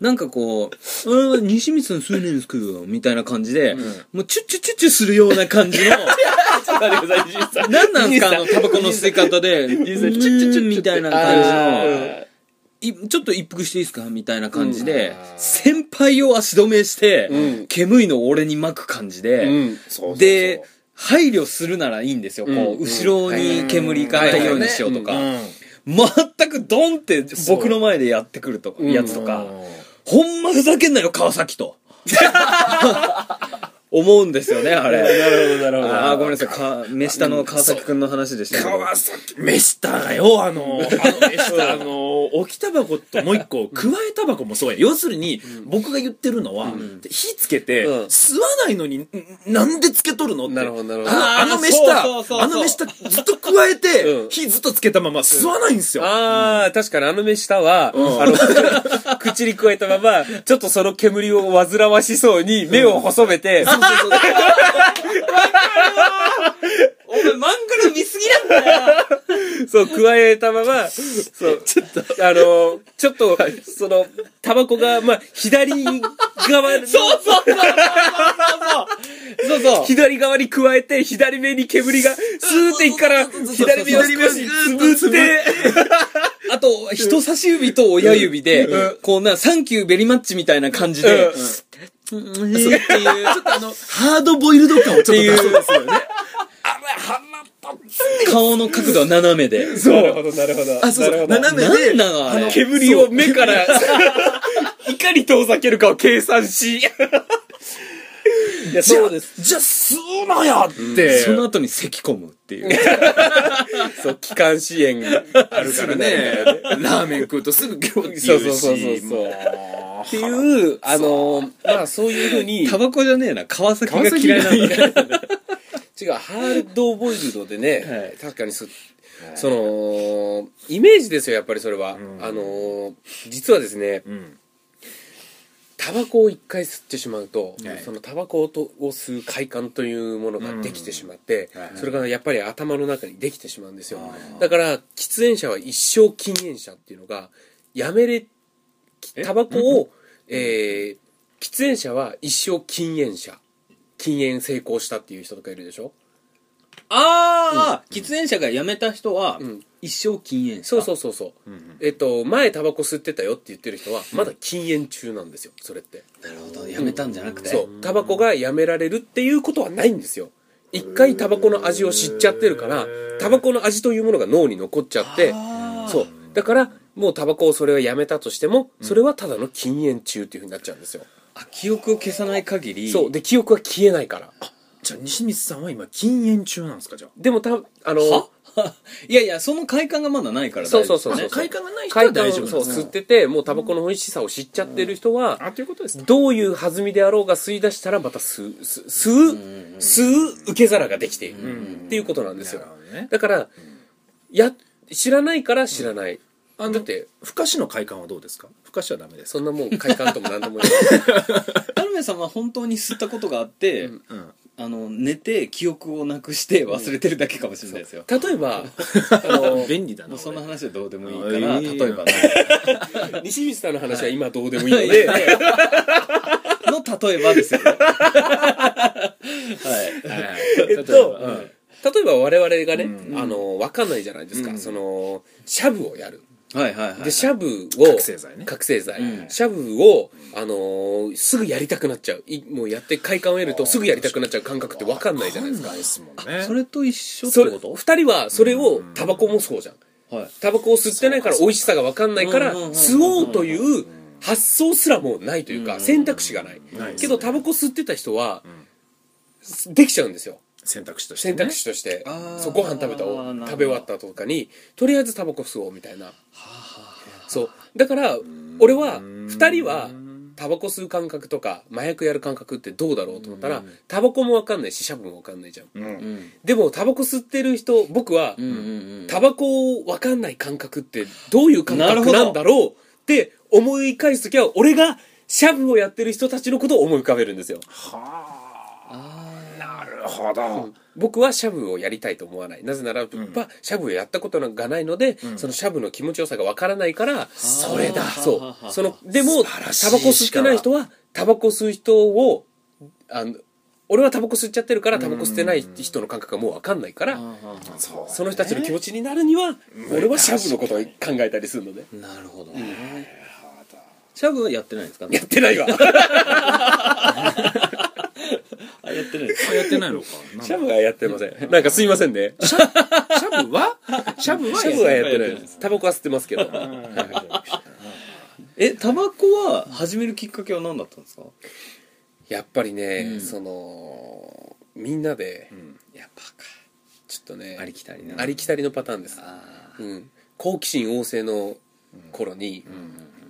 [SPEAKER 2] なんかこう「うん西光さん吸えないんですけど」みたいな感じで、もうチュッチュッチュッチュするような感じの何なんですかあのタバコの吸い方で「うーん」みたいな感じの。いちょっと一服していいですかみたいな感じで、先輩を足止めして、
[SPEAKER 1] うん
[SPEAKER 2] 煙の俺に巻く感じで、
[SPEAKER 1] うん。
[SPEAKER 3] そうそうそう
[SPEAKER 2] で、配慮するならいいんですよ。
[SPEAKER 1] うん
[SPEAKER 2] こう、後ろに煙いかないようにしようと
[SPEAKER 3] う
[SPEAKER 2] か。
[SPEAKER 3] ん
[SPEAKER 2] 全くドンって僕の前でやってくると、
[SPEAKER 1] ん
[SPEAKER 2] やつとか、ほんまふざけんなよ、川崎と。 思うんですよね、あれ。
[SPEAKER 3] なるほどなるほど
[SPEAKER 2] ああ、ごめんなさいか、目下の川崎くんの話でしたけど。
[SPEAKER 3] 川崎メスターがよあのあのメスターあの置きタバコともう一個加えタバコもそうや要するに僕が言ってるのは、火つけて、
[SPEAKER 1] うん
[SPEAKER 3] 吸わないのにんなんでつけとるのって
[SPEAKER 1] なるほどなるほど
[SPEAKER 3] あのあのメスタ
[SPEAKER 2] そうそうそうそう
[SPEAKER 3] ーあのメスターずっと加えて、
[SPEAKER 1] うん
[SPEAKER 3] 火ずっとつけたまま吸わないんですよ、
[SPEAKER 1] ああ、確かにあの目下は、あの、 口に加えたまま、ちょっとその煙を煩わしそうに目を細めて、
[SPEAKER 2] お前漫画見すぎなんだよ
[SPEAKER 1] そう、加えたまま、そう、ちょっと、あの、ちょっと、その、タバコが、まあ、左側 に、
[SPEAKER 2] そうそうそうそうそうそうそう
[SPEAKER 1] 左側に加えて、左目に煙が、スーっていくから、左目を少しつぶって、
[SPEAKER 2] あと、人差し指と親指で、こうな、サンキューベリマッチみたいな感じで、うん、っていう、ちょっとあの、
[SPEAKER 3] ハードボイルド感をちょっと出そうですよね
[SPEAKER 2] 顔の角度は斜めで。
[SPEAKER 1] そう。なるほど、なるほど。
[SPEAKER 3] あそうそう斜め
[SPEAKER 2] なん
[SPEAKER 3] で
[SPEAKER 2] なのあれ。
[SPEAKER 1] 煙を目から、 いかに遠ざけるかを計算し、
[SPEAKER 3] そうですじゃあ吸うなやって、
[SPEAKER 2] その後に咳込むっていう。
[SPEAKER 1] そう、気管支炎があるからね。
[SPEAKER 3] ラーメン食うとすぐギョって
[SPEAKER 1] そう
[SPEAKER 3] 言
[SPEAKER 1] そう
[SPEAKER 3] うし
[SPEAKER 1] そうそうそう。っていう、あのー、まあそういうふうに、
[SPEAKER 2] タバコじゃねえな、川崎が
[SPEAKER 3] 川崎
[SPEAKER 2] 嫌いなんだよ。
[SPEAKER 1] 違う、ハードボイルドでね、
[SPEAKER 2] はい
[SPEAKER 1] 確かにす、その、イメージですよ、やっぱりそれは。
[SPEAKER 3] ん
[SPEAKER 1] あのー、実はですね、
[SPEAKER 3] うん
[SPEAKER 1] タバコを一回吸ってしまうと、
[SPEAKER 3] はい
[SPEAKER 1] そのタバコをとを吸う快感というものができてしまって、
[SPEAKER 3] うんはい
[SPEAKER 1] それがやっぱり頭の中にできてしまうんですよ。だから、喫煙者は一生禁煙者っていうのが、やめれ、タバコを、えー喫煙者は一生禁煙者。禁煙成功したっていう人とかいるでしょ
[SPEAKER 2] ああ、喫煙者が辞めた人は
[SPEAKER 1] ん、
[SPEAKER 2] 一生禁煙
[SPEAKER 1] そうそうそうそう。えっと、前タバコ吸ってたよって言ってる人は、まだ禁煙中なんですよ、それって。
[SPEAKER 2] う。なるほど、辞めたんじゃなくて。
[SPEAKER 1] そうタバコがやめられるっていうことはないんですよ一回タバコの味を知っちゃってるからタバコの味というものが脳に残っちゃってそうだからもうタバコをそれはやめたとしてもそれはただの禁煙中っていうふうになっちゃうんですよ、
[SPEAKER 2] あ記憶を消さない限り、
[SPEAKER 1] そうで記憶は消えないから
[SPEAKER 3] じゃあ西光さんは今禁煙中なんですかじゃあ
[SPEAKER 1] でもたあの
[SPEAKER 2] は いやいや、その快感がまだないから
[SPEAKER 1] そうそうそう
[SPEAKER 2] 大
[SPEAKER 1] そ
[SPEAKER 2] 丈夫で
[SPEAKER 1] う
[SPEAKER 2] すね
[SPEAKER 3] 快感がない人は
[SPEAKER 1] 快感
[SPEAKER 3] 大
[SPEAKER 1] を
[SPEAKER 3] 丈夫なん
[SPEAKER 1] そ
[SPEAKER 3] で
[SPEAKER 1] う
[SPEAKER 3] すね
[SPEAKER 1] 吸っててもうタバコの美味しさを知っちゃってる人は、
[SPEAKER 3] あということですね
[SPEAKER 1] どういう弾みであろうが吸い出したらまた吸う、吸う、吸う受け皿ができているっていうことなんですよ
[SPEAKER 3] なるほどね。
[SPEAKER 1] だから、や、知らないから知らない。
[SPEAKER 3] あの
[SPEAKER 1] だって、
[SPEAKER 3] 不可視の快感はどうですか不可視はダメです
[SPEAKER 1] そんなもん快感とも何とも言わない。
[SPEAKER 2] アルメさんは本当に吸ったことがあって、
[SPEAKER 3] うん
[SPEAKER 2] あの、寝て記憶をなくして忘れてるだけかもしれないですよ。
[SPEAKER 1] 例えば、あの、
[SPEAKER 3] 便利だ
[SPEAKER 2] も
[SPEAKER 3] な
[SPEAKER 2] うそんな
[SPEAKER 3] 俺
[SPEAKER 2] 話はどうでもいいか
[SPEAKER 3] あ
[SPEAKER 2] ら、
[SPEAKER 3] いい
[SPEAKER 2] 例えば
[SPEAKER 1] 西光さんの話は今どうでもいいので、
[SPEAKER 2] の、の例えばですよね。はい。
[SPEAKER 1] えっと、例えば我々がね、あの、わかんないじゃないですか。その、シャブをやる。
[SPEAKER 2] はいはいはい
[SPEAKER 1] でシャブを
[SPEAKER 3] 覚醒剤ね
[SPEAKER 1] 覚醒剤、
[SPEAKER 2] うん
[SPEAKER 1] シャブを、あのーすぐやりたくなっちゃういもうやって快感を得るとすぐやりたくなっちゃう感覚って分かんないじゃないですか
[SPEAKER 3] ないですもんね
[SPEAKER 2] それと一緒っ
[SPEAKER 1] それ
[SPEAKER 2] てこ
[SPEAKER 1] 2人はそれをタバコもそうじゃん
[SPEAKER 2] とはい
[SPEAKER 1] タバコを吸ってないから美味しさが分かんないから
[SPEAKER 2] うんうんうんうん
[SPEAKER 1] 吸おうという発想すらもうないというか選択肢がない
[SPEAKER 3] ないです
[SPEAKER 1] け
[SPEAKER 3] ね
[SPEAKER 1] どタバコ吸ってた人はできちゃうんですよ
[SPEAKER 3] 選択肢としてね
[SPEAKER 1] 選択肢として
[SPEAKER 2] あー
[SPEAKER 1] そうご飯食べた
[SPEAKER 2] なるほど
[SPEAKER 1] 食べ終わった後とかにとりあえずタバコ吸おうみたいなそうだから俺は2人はタバコ吸う感覚とか麻薬やる感覚ってどうだろうと思ったらタバコも分かんないしシャブも分かんないじゃん
[SPEAKER 3] うん
[SPEAKER 2] うん
[SPEAKER 1] でもタバコ吸ってる人僕は
[SPEAKER 2] うんうんうん
[SPEAKER 1] タバコを分かんない感覚ってどういう感
[SPEAKER 2] なる
[SPEAKER 1] 覚
[SPEAKER 2] ほど
[SPEAKER 1] なんだろうって思い返す時は俺がシャブをやってる人たちのことを思い浮かべるんですよ
[SPEAKER 3] なるほど
[SPEAKER 1] 僕はシャブをやりたいと思わないなぜなら、僕はシャブをやったことがないので、そのシャブの気持ちよさがわからないからそれだ
[SPEAKER 2] は
[SPEAKER 1] そ
[SPEAKER 2] あ
[SPEAKER 1] うそのでも
[SPEAKER 3] 素晴らしい
[SPEAKER 1] タバコ吸ってない人はタバコ吸う人をあの俺はタバコ吸っちゃってるからタバコ吸ってない人の感覚がもうわかんないから、
[SPEAKER 3] そう
[SPEAKER 1] その人たちの気持ちになるには、俺はシャブのことを考えたりするので、ね、
[SPEAKER 2] なるほどねシャブはやってないんですか
[SPEAKER 1] やってないわ
[SPEAKER 2] あやってないです
[SPEAKER 3] あやってないのかなんだ
[SPEAKER 1] シャブはやってません。なんかすいませんね。シャ
[SPEAKER 3] シャ ブはシャブは
[SPEAKER 1] ブはやってな
[SPEAKER 2] やってない
[SPEAKER 1] い
[SPEAKER 2] で
[SPEAKER 1] ですす。タバコは吸ってますけど。
[SPEAKER 2] えタバコは始めるきっかけは何だったんですか
[SPEAKER 1] やっぱりね、
[SPEAKER 2] うん
[SPEAKER 1] その、みんなで、
[SPEAKER 2] やっぱか
[SPEAKER 1] ちょっとね、
[SPEAKER 2] ありきたりな
[SPEAKER 1] ありきたりのパターンです。
[SPEAKER 2] あ
[SPEAKER 1] うん。好奇心旺盛の頃に、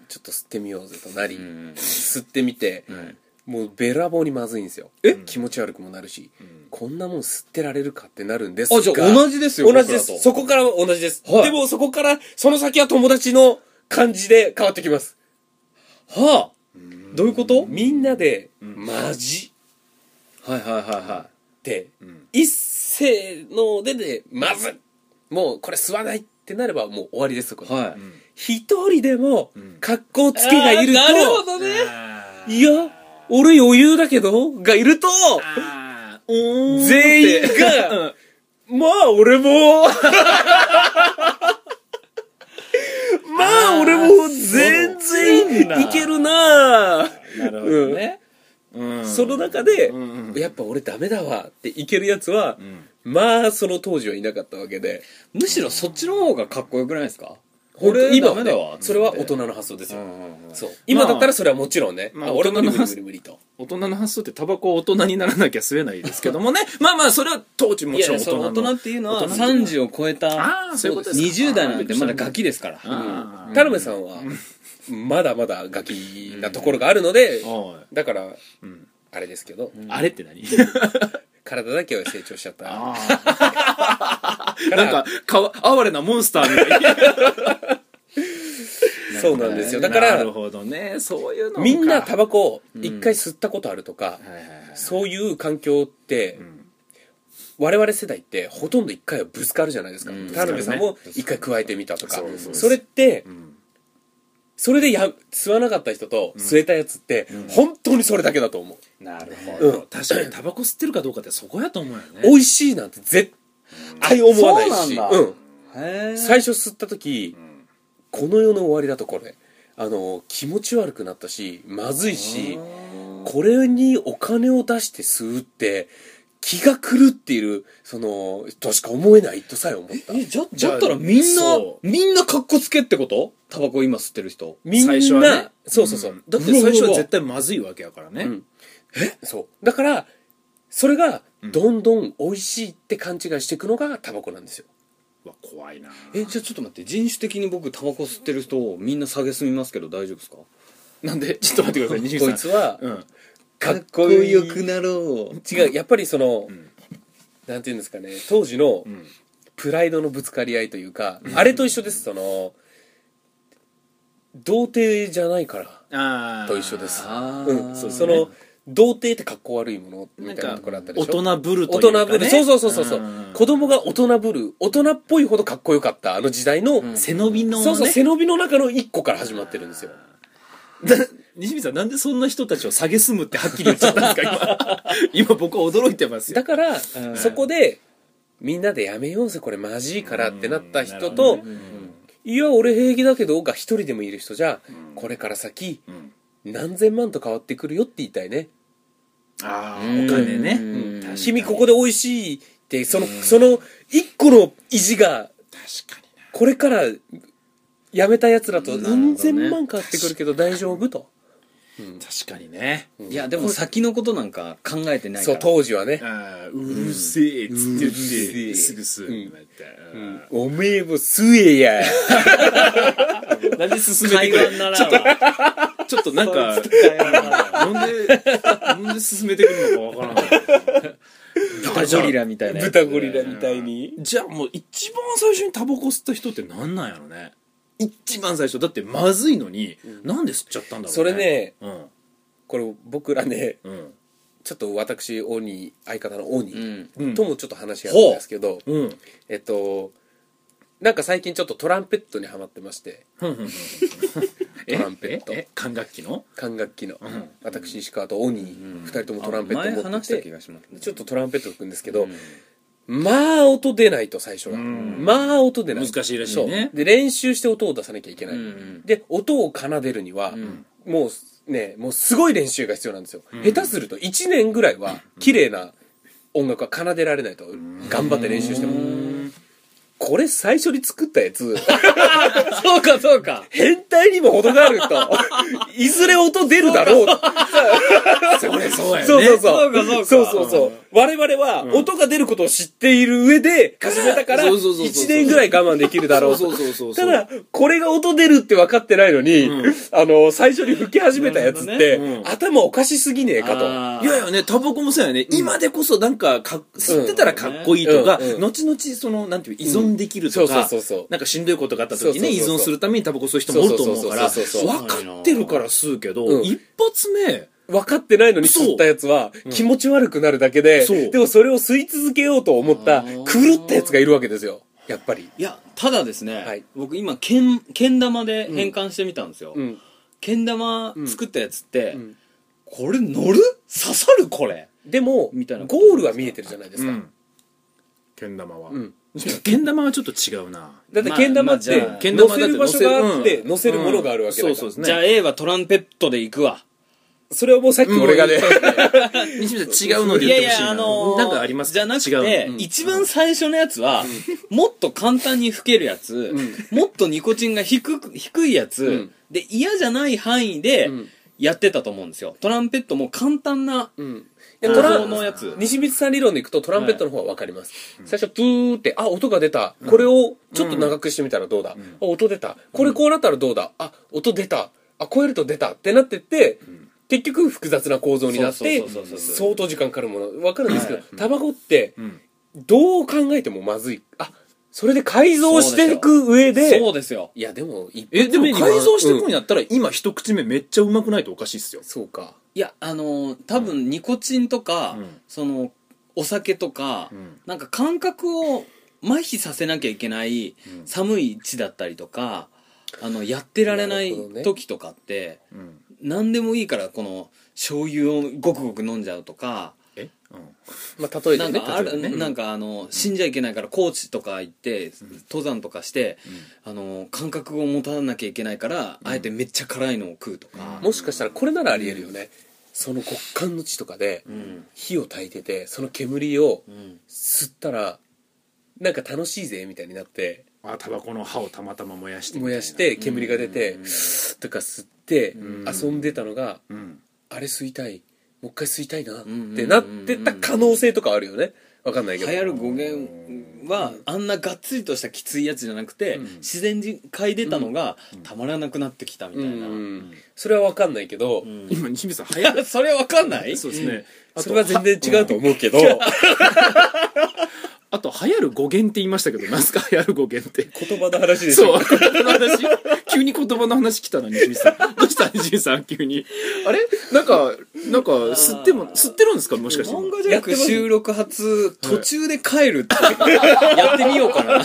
[SPEAKER 1] ちょっと吸ってみようぜとなり、
[SPEAKER 2] ん
[SPEAKER 1] 吸ってみて、
[SPEAKER 2] あはい
[SPEAKER 1] もうべらぼうにまずいんですよ。え気持ち悪くもなるし、こんなもん吸ってられるかってなるんですが。
[SPEAKER 2] あじゃあ同じですよ
[SPEAKER 1] 同じで
[SPEAKER 2] 僕ら
[SPEAKER 1] す。
[SPEAKER 2] と
[SPEAKER 1] そこからは同じです。
[SPEAKER 2] はい
[SPEAKER 1] でもそこから、その先は友達の感じで変わってきます。
[SPEAKER 2] はあどういうこと
[SPEAKER 1] みんなで、マジ
[SPEAKER 2] はいはいはいは
[SPEAKER 1] って、一斉のでで、まずもうこれ吸わないってなればもう終わりです、こ
[SPEAKER 2] い
[SPEAKER 1] れ
[SPEAKER 2] はい
[SPEAKER 1] 一人でも、格好つけがいると、
[SPEAKER 2] あーなるほどね
[SPEAKER 1] いや、俺余裕だけど、がいると、全員が、まあ俺も、 まあ俺も全然いけるなぁ
[SPEAKER 2] なる
[SPEAKER 1] ほど
[SPEAKER 2] ね
[SPEAKER 3] うん
[SPEAKER 1] その中で、
[SPEAKER 3] うん
[SPEAKER 1] やっぱ俺ダメだわっていけるやつは、まあその当時はいなかったわけで
[SPEAKER 2] むしろそっちの方がかっこよくないですか
[SPEAKER 1] 俺今は
[SPEAKER 2] ダ
[SPEAKER 1] ね
[SPEAKER 2] メだわ
[SPEAKER 1] それは大人の発想ですよ、
[SPEAKER 2] は
[SPEAKER 1] そう今だったらそれはもちろんね、
[SPEAKER 3] まあ
[SPEAKER 1] あ、俺無理無理
[SPEAKER 3] 大人の
[SPEAKER 1] 無
[SPEAKER 3] 発
[SPEAKER 1] 理無理と
[SPEAKER 3] 大人の発想ってタバコを大人にならなきゃ吸えないですけどもねまあまあそれは当時も
[SPEAKER 2] い
[SPEAKER 3] ちろ
[SPEAKER 2] や
[SPEAKER 3] ん大
[SPEAKER 2] そ
[SPEAKER 3] 人
[SPEAKER 2] の
[SPEAKER 3] の
[SPEAKER 2] 大人っていうのは
[SPEAKER 3] 大人
[SPEAKER 2] 30を超えた
[SPEAKER 3] あーそういうことですか
[SPEAKER 2] 20代なんてまだガキですから
[SPEAKER 3] あー
[SPEAKER 1] 田辺さんはまだまだガキなところがあるので、
[SPEAKER 3] おい
[SPEAKER 1] だから
[SPEAKER 3] うん
[SPEAKER 1] あれですけど、
[SPEAKER 3] あれって何
[SPEAKER 1] 体だけは成長しちゃったか
[SPEAKER 3] なん
[SPEAKER 1] ら
[SPEAKER 3] かかわ哀れなモンスターみたいな
[SPEAKER 1] そうなんですよだから
[SPEAKER 3] なるほどねそういうのか
[SPEAKER 1] みんなタバコを一回吸ったことあるとか、
[SPEAKER 3] はいはいはい
[SPEAKER 1] そういう環境って、我々世代ってほとんど一回はぶつかるじゃないですか、田辺さんも一回加えてみたとか、
[SPEAKER 3] そうそう
[SPEAKER 1] それって、それでや吸わなかった人と吸えたやつって、本当にそれだけだと思う、
[SPEAKER 2] なる
[SPEAKER 1] うん
[SPEAKER 3] 確かにタバコ吸ってるかどうかってそこやと思うよね
[SPEAKER 1] 美味しいなんて絶対思わないし
[SPEAKER 2] あそうなんだ
[SPEAKER 1] ん
[SPEAKER 2] へえ
[SPEAKER 1] 最初吸った時、この世の終わりだとこれあの気持ち悪くなったしまずいしこれにお金を出して吸うって気が狂っているそのとしか思えないとさえ思った
[SPEAKER 2] えじゃだったらみんな
[SPEAKER 3] そう
[SPEAKER 2] みんなかっこつけってことタバコ今吸ってる人
[SPEAKER 1] みんな、
[SPEAKER 3] 最初はね
[SPEAKER 1] そうそうそう、
[SPEAKER 3] だって最初は絶対まずいわけやからね、
[SPEAKER 1] んそうだからそれがどんどん美味しいって勘違いしていくのがタバコなんですよ
[SPEAKER 3] うわ怖いな
[SPEAKER 2] えじゃあちょっと待って人種的に僕タバコ吸ってる人をみんな下げすみますけど大丈夫ですか
[SPEAKER 3] なんでちょっと待ってください西口
[SPEAKER 1] こ
[SPEAKER 3] さん
[SPEAKER 1] いつは
[SPEAKER 3] うん
[SPEAKER 1] かっこよく
[SPEAKER 2] なろう
[SPEAKER 1] 違うやっぱりその、なんていうんですかね当時の
[SPEAKER 3] ん
[SPEAKER 1] プライドのぶつかり合いというか、あれと一緒ですその童貞じゃないから
[SPEAKER 3] あー
[SPEAKER 1] と一緒です
[SPEAKER 2] あー
[SPEAKER 1] うん、そうその童貞ってかっこ悪いものみ
[SPEAKER 3] なん
[SPEAKER 1] たいな
[SPEAKER 3] か
[SPEAKER 1] ところあったで
[SPEAKER 3] 大
[SPEAKER 1] しょ
[SPEAKER 3] 人ぶるとい
[SPEAKER 1] 大
[SPEAKER 3] うか、
[SPEAKER 1] 人
[SPEAKER 3] ね、
[SPEAKER 1] ぶるそうそうそうそうそうん子供が大人ぶる大人っぽいほどかっこよかったあの時代の、
[SPEAKER 3] 背 伸びのね
[SPEAKER 1] そうそう背伸びの中の一個から始まってるんですよ
[SPEAKER 3] 西見さんなんでそんな人たちを下げすむってはっきり言っちゃったんですか 今今僕は驚いてますよ
[SPEAKER 1] だから、そこでみんなでやめようぜこれマジいからってなった人と、いや俺平気だけど」が一人でもいる人じゃ、これから先
[SPEAKER 3] うん
[SPEAKER 1] 何千万と変わってくるよって言いたいね
[SPEAKER 3] ああお
[SPEAKER 2] うん
[SPEAKER 3] 金
[SPEAKER 2] う
[SPEAKER 3] ね
[SPEAKER 2] ん
[SPEAKER 1] 「君ここで美味しい」ってそのその一個の意地が
[SPEAKER 3] 確かに
[SPEAKER 1] これからやめたやつらと
[SPEAKER 2] なるほどね
[SPEAKER 1] 何千万変わってくるけど大丈夫と
[SPEAKER 3] な確かにね
[SPEAKER 2] いやでも先のことなんか考えてないか
[SPEAKER 1] そう
[SPEAKER 2] ら
[SPEAKER 1] 当時はね
[SPEAKER 3] ああうるせえっつって言っ
[SPEAKER 1] うるせ
[SPEAKER 3] て
[SPEAKER 1] え
[SPEAKER 3] すぐすぐなった
[SPEAKER 1] うんおめえも吸えや
[SPEAKER 3] なんで進めて
[SPEAKER 2] 会
[SPEAKER 3] く
[SPEAKER 2] 話
[SPEAKER 3] れ
[SPEAKER 2] にならんわ
[SPEAKER 3] ちょっとなんかなんでなんで進めてくるのかわからない
[SPEAKER 2] 豚ゴリラみたいなやつ
[SPEAKER 1] 豚ゴリラみたいに
[SPEAKER 3] じゃあもう一番最初にタバコ吸った人ってなんなんやろね一番最初だってまずいのに、なんで吸っちゃったんだろうね
[SPEAKER 1] それね
[SPEAKER 3] うん
[SPEAKER 1] これ僕らね
[SPEAKER 3] うん
[SPEAKER 1] ちょっと私オニー相方のオニ
[SPEAKER 2] う
[SPEAKER 1] ー
[SPEAKER 2] ん
[SPEAKER 3] うん
[SPEAKER 1] ともちょっと話があったんですけど
[SPEAKER 3] うんうん
[SPEAKER 1] えっとなんか最近ちょっとトランペットにハマってまして
[SPEAKER 3] え
[SPEAKER 1] トランペット
[SPEAKER 3] ええ管楽器の
[SPEAKER 1] 管楽器の私石川とオニー2人ともトランペッ
[SPEAKER 2] 前
[SPEAKER 1] ト持っ
[SPEAKER 2] 話してた気
[SPEAKER 1] て
[SPEAKER 2] がしますね
[SPEAKER 1] ちょっとトランペット吹くんですけどまあ音出ないと最初は
[SPEAKER 3] ん
[SPEAKER 1] まあ音出ない
[SPEAKER 3] 難しいらしいね
[SPEAKER 1] そうで練習して音を出さなきゃいけない
[SPEAKER 2] うんうん
[SPEAKER 1] で音を奏でるにはもうねもうすごい練習が必要なんですよ下手すると1年ぐらいは綺麗な音楽は奏でられないと頑張って練習してもこれ最初に作ったやつ
[SPEAKER 2] そうかそうか
[SPEAKER 1] 変態にも程があるといずれ音出るだろうと
[SPEAKER 3] それそうやね
[SPEAKER 1] そうそうそ
[SPEAKER 2] そうかそう
[SPEAKER 1] う
[SPEAKER 2] か
[SPEAKER 1] そうそうそう我々は音が出ることを知っている上で始めたから
[SPEAKER 3] そうそうそうそうそう
[SPEAKER 1] 1年ぐらい我慢できるだろう
[SPEAKER 3] そ
[SPEAKER 1] と
[SPEAKER 3] うそうそうそ
[SPEAKER 1] た
[SPEAKER 3] う
[SPEAKER 1] だこれが音出るって分かってないのに、あの最初に吹き始めたやつっ
[SPEAKER 2] な
[SPEAKER 1] て、
[SPEAKER 2] る
[SPEAKER 3] ほどねうん
[SPEAKER 1] 頭おかしすぎねえかと
[SPEAKER 2] あー
[SPEAKER 3] いやいやね、タバコもそうやね、今でこそなんかかっ、吸ってたらかっこいいとか、
[SPEAKER 1] うんうんうん
[SPEAKER 3] 後々その、なんていう、依存できるとか、
[SPEAKER 1] うんそうそうそうそう
[SPEAKER 3] なんかしんどいことがあった
[SPEAKER 1] そう
[SPEAKER 3] 時
[SPEAKER 1] そう
[SPEAKER 3] ね、
[SPEAKER 1] そうそう
[SPEAKER 3] 依存するためにタバコ吸う人もおると思うから、
[SPEAKER 1] そうそうそうそう
[SPEAKER 3] 分かってるから吸うけど、
[SPEAKER 1] うん
[SPEAKER 3] 一発目、
[SPEAKER 1] 分かってないのに吸ったやつは気持ち悪くなるだけで、
[SPEAKER 3] そう
[SPEAKER 1] でもそれを吸い続けようと思った
[SPEAKER 2] あー
[SPEAKER 1] 狂ったやつがいるわけですよやっぱり、
[SPEAKER 2] いやただですね、
[SPEAKER 1] はい
[SPEAKER 2] 僕今けんけん玉で変換してみたんですよ、
[SPEAKER 1] うん、
[SPEAKER 2] けん玉作ったやつって、
[SPEAKER 1] ん
[SPEAKER 2] これ乗る刺さるこれ
[SPEAKER 1] でも
[SPEAKER 2] みたいなこと
[SPEAKER 1] ゴールは見えてるじゃないですか、
[SPEAKER 3] け、ん玉は
[SPEAKER 1] ん
[SPEAKER 3] けん玉はちょっと違うな。
[SPEAKER 1] だってけん玉っ
[SPEAKER 2] まあ
[SPEAKER 1] て
[SPEAKER 2] まあじゃあ
[SPEAKER 3] けん
[SPEAKER 1] 乗
[SPEAKER 3] 玉だ
[SPEAKER 1] せ
[SPEAKER 3] って
[SPEAKER 1] る場所があって乗せるものがあるわけだから、
[SPEAKER 3] うんそうそう
[SPEAKER 2] じゃあ A はトランペットで行くわ
[SPEAKER 1] それはもうさっき俺がね、
[SPEAKER 3] 西村さん違うので言ってほしいな。
[SPEAKER 2] ー
[SPEAKER 3] なんかあります
[SPEAKER 2] じゃなく
[SPEAKER 3] 違うの
[SPEAKER 2] て、一番最初のやつは、もっと簡単に吹けるやつ、もっとニコチンが低く低いやつ、
[SPEAKER 1] ん
[SPEAKER 2] で嫌じゃない範囲で
[SPEAKER 1] ん
[SPEAKER 2] やってたと思うんですよトランペットも簡単な
[SPEAKER 1] うん、いや
[SPEAKER 2] 構
[SPEAKER 1] トラ
[SPEAKER 2] 造
[SPEAKER 1] ン
[SPEAKER 2] のやつ
[SPEAKER 1] 西光さん理論でいくとトランペットの方は分かります、最初プーってあ音が出たこれをちょっと長くしてみたらどうだ、あ音出たこれこうなったらどうだあ音出たあ超えると出たってなってって、結局複雑な構造になっ
[SPEAKER 2] そ
[SPEAKER 1] て
[SPEAKER 2] うそうそうそうそう
[SPEAKER 1] 相当時間かかるもの分かるんですけど
[SPEAKER 2] は
[SPEAKER 1] タバコって
[SPEAKER 3] ん
[SPEAKER 1] どう考えてもまずいあそれで改造していく上で
[SPEAKER 2] そうですよ
[SPEAKER 1] いやでも一
[SPEAKER 3] え、でも
[SPEAKER 1] 目には
[SPEAKER 3] 改造してい
[SPEAKER 1] う
[SPEAKER 3] く
[SPEAKER 1] ん
[SPEAKER 3] んやったら、今一口目めっちゃうまくないとおかしいっすよ。
[SPEAKER 1] そうか
[SPEAKER 2] いやあのー多分ニコチンとか、
[SPEAKER 3] うん
[SPEAKER 2] そのお酒とか、
[SPEAKER 3] ん
[SPEAKER 2] なんか感覚を麻痺させなきゃいけない寒い地だったりとかあのやってられない
[SPEAKER 1] なるほどね
[SPEAKER 2] 時とかって、
[SPEAKER 3] うん。
[SPEAKER 2] 何でもいいからこの醤油をごくごく飲んじゃうとか
[SPEAKER 3] えうん。
[SPEAKER 1] まあ例え
[SPEAKER 2] な
[SPEAKER 1] て
[SPEAKER 2] ん
[SPEAKER 1] ね
[SPEAKER 2] かある、
[SPEAKER 1] 例えてね
[SPEAKER 2] なんかあの死んじゃいけないから高知とか行って登山とかして、あの感覚を持たなきゃいけないから、あえてめっちゃ辛いのを食うとか、
[SPEAKER 1] もしかしたらこれならありえるよね、その極寒の地とかで
[SPEAKER 2] ん
[SPEAKER 1] 火を焚いててその煙を
[SPEAKER 2] うん
[SPEAKER 1] 吸ったらなんか楽しいぜみたいになって
[SPEAKER 3] あ、タバコの歯をたまたま燃やしてみたいな
[SPEAKER 1] 燃やして煙が出てとか吸って遊んでたのが
[SPEAKER 3] うん。
[SPEAKER 1] あれ吸いたいもう一回吸いたいなっ
[SPEAKER 2] ん
[SPEAKER 1] てなってた可能性とかあるよねわかんないけど
[SPEAKER 2] 流行る語源はあんながっつりとしたきついやつじゃなくて、自然に嗅いでたのがたまらなくなってきたみた
[SPEAKER 1] う
[SPEAKER 2] い
[SPEAKER 1] ん
[SPEAKER 2] な、
[SPEAKER 1] それはわかんないけど、
[SPEAKER 3] 今、西水さん、流行
[SPEAKER 2] それわかんない
[SPEAKER 3] そうですね。あ
[SPEAKER 1] そ
[SPEAKER 3] と
[SPEAKER 1] れは全然違うと思うけど、
[SPEAKER 3] あと、流行る語源って言いましたけど、何すか流行る語源って。
[SPEAKER 1] 言葉の話でし
[SPEAKER 3] そ
[SPEAKER 1] ょ
[SPEAKER 3] う、言葉の話。急に言葉の話来たの、西水さん。どうした西水さん、急に。 あれなんか、なんか、吸っても、吸ってるんですかもしかして今。
[SPEAKER 2] 漫画ジャック収録初途中 で帰るって、やってみようかな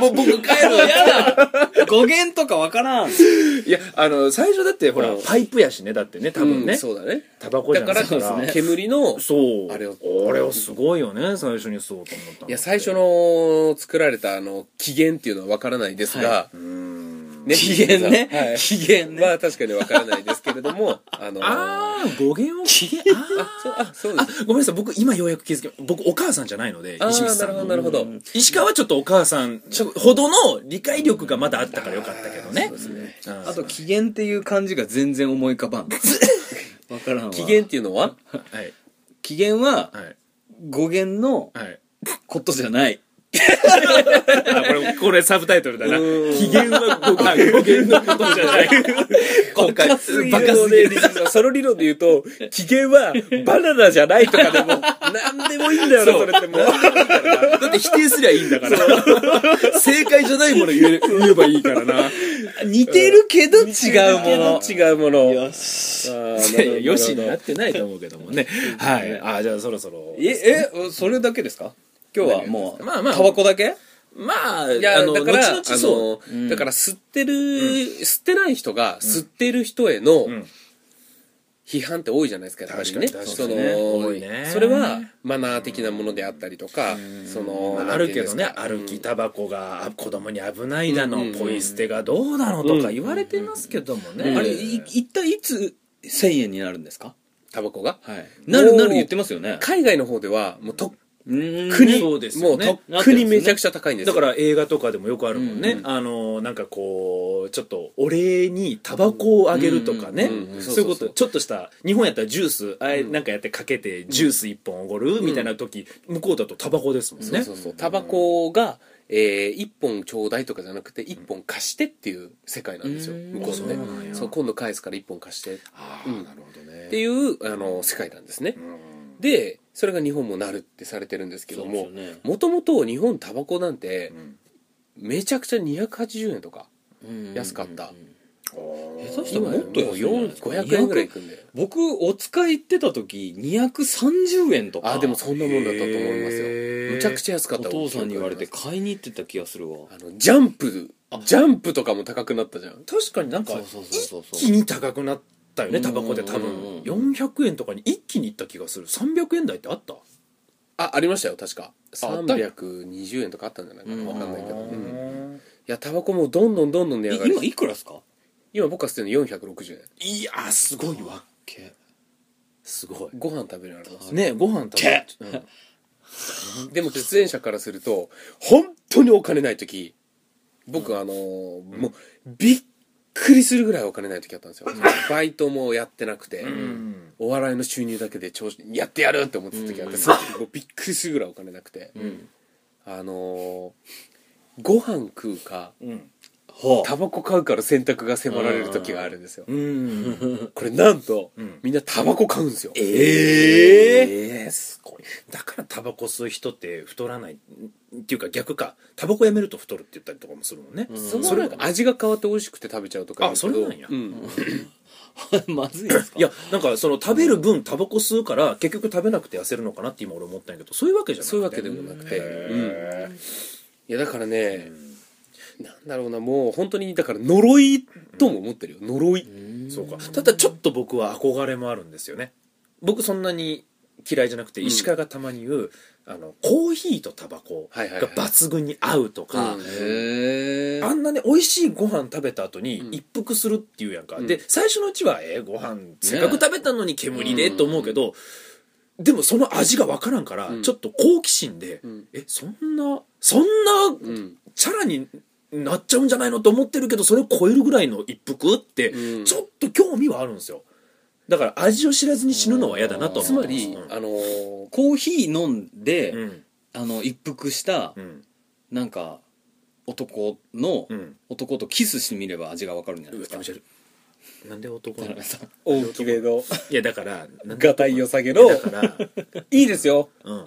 [SPEAKER 3] もう僕帰
[SPEAKER 2] やだ語源とかわからん。
[SPEAKER 3] いやあの最初だってほら、
[SPEAKER 2] うん
[SPEAKER 3] パイプやしねだってね多分
[SPEAKER 1] う
[SPEAKER 3] ね
[SPEAKER 1] んそうだね
[SPEAKER 3] タバコじ
[SPEAKER 1] だ
[SPEAKER 3] ゃ
[SPEAKER 1] か
[SPEAKER 3] ない
[SPEAKER 1] ら
[SPEAKER 3] ですから
[SPEAKER 1] 煙の
[SPEAKER 3] そう
[SPEAKER 1] あれを
[SPEAKER 3] あれはすごいよね最初にそうと思ったの
[SPEAKER 1] いや最初の作られたあの起源っていうのは分からないですが、
[SPEAKER 2] は
[SPEAKER 3] うーん
[SPEAKER 1] ね
[SPEAKER 2] 機嫌
[SPEAKER 1] は
[SPEAKER 2] ね
[SPEAKER 1] い。
[SPEAKER 2] 機嫌ね。
[SPEAKER 1] は確かに分からないですけれどもあの
[SPEAKER 3] ああ語源を 聞けあ
[SPEAKER 1] あそうあそうで
[SPEAKER 3] あ
[SPEAKER 1] す
[SPEAKER 3] ごめんなさい僕今ようやく気づき僕お母さんじゃないので
[SPEAKER 1] あ
[SPEAKER 3] 石光
[SPEAKER 1] ー
[SPEAKER 3] さ
[SPEAKER 1] なるほ
[SPEAKER 3] んの
[SPEAKER 1] どなるほど、
[SPEAKER 3] 石川はちょっとお母さんちょほどの理解力がまだあったからよかったけどねうん
[SPEAKER 2] あと、機嫌っていう漢字が全然思い浮かば ん。わからんわ。
[SPEAKER 1] 起源っていうのは
[SPEAKER 3] はい
[SPEAKER 2] 機嫌は
[SPEAKER 3] はい
[SPEAKER 2] 語源の
[SPEAKER 3] はい
[SPEAKER 2] ことじゃない。
[SPEAKER 3] あこれこれサブタイトルだな
[SPEAKER 1] うん
[SPEAKER 3] 機嫌は語源語源のことじゃない今回バカす
[SPEAKER 1] バカすぎる理論がその理論で言うと起源はバナナじゃないとかでも何でもいいんだよなそれってもう
[SPEAKER 3] だって否定すりゃいいんだから。正解じゃないもの言え言えばいいからな。
[SPEAKER 2] 似てるけど違うもの。
[SPEAKER 1] 違うもの
[SPEAKER 2] よし。
[SPEAKER 1] あ
[SPEAKER 3] い
[SPEAKER 1] ー
[SPEAKER 3] や
[SPEAKER 1] ないるほど
[SPEAKER 3] やよしになってないと思うけどもね。はい。あじゃあそろそろ。
[SPEAKER 2] え、え、それだけですか今日はもう、
[SPEAKER 3] まあまあ
[SPEAKER 2] タバコだけ
[SPEAKER 3] まあ、
[SPEAKER 1] いや
[SPEAKER 3] あの、
[SPEAKER 1] だから
[SPEAKER 3] 後々そう。
[SPEAKER 1] あのだから吸ってる、吸ってない人が吸ってる人への
[SPEAKER 3] ん
[SPEAKER 1] 批判って多いじゃないですかやっぱりね
[SPEAKER 3] 確かに
[SPEAKER 1] そ
[SPEAKER 3] 確かにね多
[SPEAKER 1] の
[SPEAKER 3] いね
[SPEAKER 1] それはマナー的なものであったりとか、その
[SPEAKER 3] まああるけどね、
[SPEAKER 1] なんていうん
[SPEAKER 3] 歩
[SPEAKER 1] です
[SPEAKER 3] きタバコがあ子供に危ないだの、
[SPEAKER 1] うんうん
[SPEAKER 3] ポイ捨てがどうだのとか言われてますけどもね。
[SPEAKER 2] あ
[SPEAKER 3] あ
[SPEAKER 2] れ、
[SPEAKER 3] れ、
[SPEAKER 2] い
[SPEAKER 3] い
[SPEAKER 2] 一体いつ1000円になるんですか
[SPEAKER 1] かタバコが
[SPEAKER 2] はい。なる
[SPEAKER 1] もう
[SPEAKER 2] なる言ってますよね。
[SPEAKER 1] 海外の方ではもうとっく
[SPEAKER 2] 国
[SPEAKER 1] に、
[SPEAKER 3] そうです
[SPEAKER 1] も
[SPEAKER 3] よ
[SPEAKER 1] う
[SPEAKER 3] ね
[SPEAKER 1] とっくにめちゃくちゃ高いんです
[SPEAKER 3] だ
[SPEAKER 1] よ
[SPEAKER 3] から映画とかでもよくあるもんね、あのなんかこうちょっとお礼にタバコをあげるとかね、
[SPEAKER 2] うんうんうん
[SPEAKER 3] そ
[SPEAKER 1] そ
[SPEAKER 3] ういうこと
[SPEAKER 1] うそうそう
[SPEAKER 3] ちょっとした日本やったらジュースあれなんかやってかけてジュース1本おごるみたいな時、向こうだとタバコですもんね
[SPEAKER 1] そうそうそうタバコが、えー、1本ちょうだいとかじゃなくて1本貸してっていう世界なんですよ
[SPEAKER 2] うん
[SPEAKER 1] 向こうの
[SPEAKER 3] あそうなん
[SPEAKER 1] ね
[SPEAKER 3] や
[SPEAKER 1] そう今度返すから1本貸して
[SPEAKER 3] あ
[SPEAKER 1] うん
[SPEAKER 3] るほどね
[SPEAKER 1] っていうあの世界なんですね、
[SPEAKER 3] うん
[SPEAKER 1] でそれが日本もなるってされてるんですけども
[SPEAKER 2] そうですよね
[SPEAKER 1] もともと日本タバコなんて
[SPEAKER 3] ん
[SPEAKER 1] めちゃくちゃ280円とか安かった
[SPEAKER 2] 下手したらも
[SPEAKER 1] 今
[SPEAKER 2] っと安いじゃないですか
[SPEAKER 1] 500円ぐらいいくんで
[SPEAKER 2] 僕お使い行ってた時230円とか
[SPEAKER 1] あでもそんなもんだったと思います
[SPEAKER 3] へー
[SPEAKER 1] よむちゃくちゃ安か
[SPEAKER 2] お
[SPEAKER 1] った
[SPEAKER 2] 父さんに言われて買いに行ってた気がするわ
[SPEAKER 1] あのジャンプジャンプとかも高くなったじゃん
[SPEAKER 3] 確かになんか
[SPEAKER 2] そうそうそうそう
[SPEAKER 3] 一気に高くなったよね
[SPEAKER 2] うん
[SPEAKER 3] タバコで多
[SPEAKER 2] うん
[SPEAKER 3] 分400円とかに一気にいった気がする300円台ってあった
[SPEAKER 1] あありましたよ確か
[SPEAKER 2] ああった
[SPEAKER 1] 320円とかあったんじゃないか
[SPEAKER 2] う
[SPEAKER 1] なん分かんないけど、
[SPEAKER 3] う
[SPEAKER 1] うんい
[SPEAKER 3] ん
[SPEAKER 1] やタバコもどんどんどんどん値
[SPEAKER 2] え
[SPEAKER 1] 上がりし
[SPEAKER 2] 今
[SPEAKER 1] て
[SPEAKER 2] いくらですか
[SPEAKER 1] 今僕が吸ってるの460円
[SPEAKER 3] いやーすごいわ
[SPEAKER 2] け
[SPEAKER 3] すごい
[SPEAKER 1] ご飯食べられます
[SPEAKER 3] ねご飯食べ
[SPEAKER 2] け
[SPEAKER 3] うん
[SPEAKER 1] でも喫煙者からすると本当にお金ない時僕あのーもうびっくりするぐらいお金ない時あったんですよバイトもやってなくて
[SPEAKER 3] ん
[SPEAKER 1] お笑いの収入だけで調子やってやるって思ってた時あってその時もうびっくりするぐらいお金なくて
[SPEAKER 2] うん
[SPEAKER 1] あのーご飯食うか
[SPEAKER 3] うん
[SPEAKER 2] は
[SPEAKER 1] タバコ買うから選択が迫られる時があるんですよ
[SPEAKER 3] うん
[SPEAKER 1] これなんと
[SPEAKER 3] うん
[SPEAKER 1] みんなタバコ買うんですよ
[SPEAKER 3] ええすごいだからタバコ吸う人って太らないんっていうか逆かタバコやめると太るって言ったりとかもするもんね、
[SPEAKER 1] それはなんか味が変わって美味しくて食べちゃうとかるけど
[SPEAKER 3] あそれなんや
[SPEAKER 1] うん、
[SPEAKER 2] まずいですか
[SPEAKER 3] いやなんかその食べる分タバコ吸うから結局食べなくて痩せるのかなって今俺思ったんやけどそういうわけじゃなくて
[SPEAKER 1] そういうわけでもなくてうん
[SPEAKER 3] へ
[SPEAKER 1] いやだからね、なんだろうなもう本当にだから呪いとも思ってるよ呪い、
[SPEAKER 3] ーそうかただちょっと僕は憧れもあるんですよね僕そんなに嫌いじゃなくて
[SPEAKER 1] うん
[SPEAKER 3] 石川がたまに言う、あのコーヒーとタバコが
[SPEAKER 1] はいはいはい
[SPEAKER 3] 抜群に合うとか、
[SPEAKER 1] うん
[SPEAKER 2] へえ
[SPEAKER 3] あんなね美味しいご飯食べた後に
[SPEAKER 1] うん
[SPEAKER 3] 一服するっていうやんか、
[SPEAKER 1] うん
[SPEAKER 3] で最初のうちはえーご飯せっかく食べたのに煙でと思うけど、でもその味が分からんから、
[SPEAKER 1] うん
[SPEAKER 3] ちょっと好奇心で、
[SPEAKER 1] うん
[SPEAKER 3] えそんなそん
[SPEAKER 1] う、
[SPEAKER 3] なんチャラになっちゃうんじゃないのと思ってるけどそれを超えるぐらいの一服って、
[SPEAKER 1] うん
[SPEAKER 3] ちょっと興味はあるんですよだから味を知らずに死ぬのは嫌だなとは
[SPEAKER 1] つ
[SPEAKER 3] 思
[SPEAKER 1] ま
[SPEAKER 3] ってます
[SPEAKER 1] り、あのー
[SPEAKER 2] コーヒー飲ん
[SPEAKER 3] う
[SPEAKER 2] で
[SPEAKER 3] ん
[SPEAKER 2] あの一服した
[SPEAKER 3] うん
[SPEAKER 2] なんか男の
[SPEAKER 3] うん
[SPEAKER 2] 男とキスしてみれば味がわかるんじゃな
[SPEAKER 3] う
[SPEAKER 2] いで
[SPEAKER 3] わ
[SPEAKER 2] すか
[SPEAKER 3] 試してるなんで男
[SPEAKER 2] 田
[SPEAKER 3] なの
[SPEAKER 2] 辺さん
[SPEAKER 1] 大きめの
[SPEAKER 3] いやだからなんで
[SPEAKER 1] がたいよ下げの
[SPEAKER 3] だから
[SPEAKER 1] いいですよ
[SPEAKER 3] うん。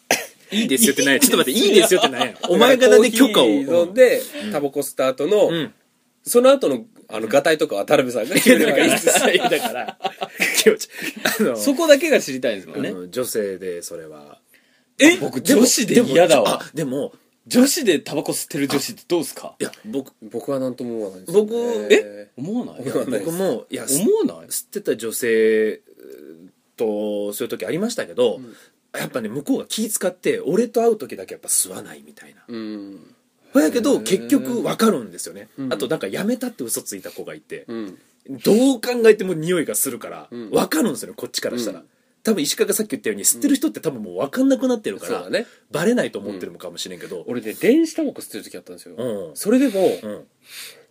[SPEAKER 3] いいですよってない。ちょっと待って、いいですよってないや。 お前が
[SPEAKER 1] だ
[SPEAKER 3] だって許可を。
[SPEAKER 1] 飲んで、タバコ吸った後の、
[SPEAKER 3] うん。
[SPEAKER 1] その後のあのがたいとかは田辺さんが決めればいいです
[SPEAKER 3] い やだから、気持ち。あの、
[SPEAKER 2] そこだけが知りたいですもんね
[SPEAKER 3] あの女性でそれは。
[SPEAKER 2] え僕女子で嫌だわ
[SPEAKER 3] あでも、
[SPEAKER 2] 女子でタバコ吸ってる女子ってどうですか
[SPEAKER 3] いや僕
[SPEAKER 1] 僕は何とも思わないです、
[SPEAKER 3] 僕
[SPEAKER 1] え
[SPEAKER 2] 思わない
[SPEAKER 1] 思わない
[SPEAKER 3] 僕もいやす
[SPEAKER 2] 思わない
[SPEAKER 3] 吸ってた女性とそういう時ありましたけど、やっぱね向こうが気使って俺と会う時だけやっぱ吸わないみたいな
[SPEAKER 1] うん
[SPEAKER 3] そやけ
[SPEAKER 2] へ
[SPEAKER 3] ど
[SPEAKER 2] ー
[SPEAKER 3] 結局分かるんですよね、
[SPEAKER 1] うん
[SPEAKER 3] あとなんかやめたって嘘ついた子がいて、
[SPEAKER 1] うん
[SPEAKER 3] どう考えても匂いがするから
[SPEAKER 1] うん
[SPEAKER 3] 分かるんですよねこっちからしたら、
[SPEAKER 1] うん
[SPEAKER 3] 多分石川がさっき言ったように吸ってる人って多分もう分かんなくなってるか
[SPEAKER 1] そう
[SPEAKER 3] ら、
[SPEAKER 1] だね
[SPEAKER 3] バレないと思ってるのかもしれんけど、
[SPEAKER 1] 俺ね電子タバコ吸ってる時あったんですよ、
[SPEAKER 3] うん
[SPEAKER 1] それでも、
[SPEAKER 3] うん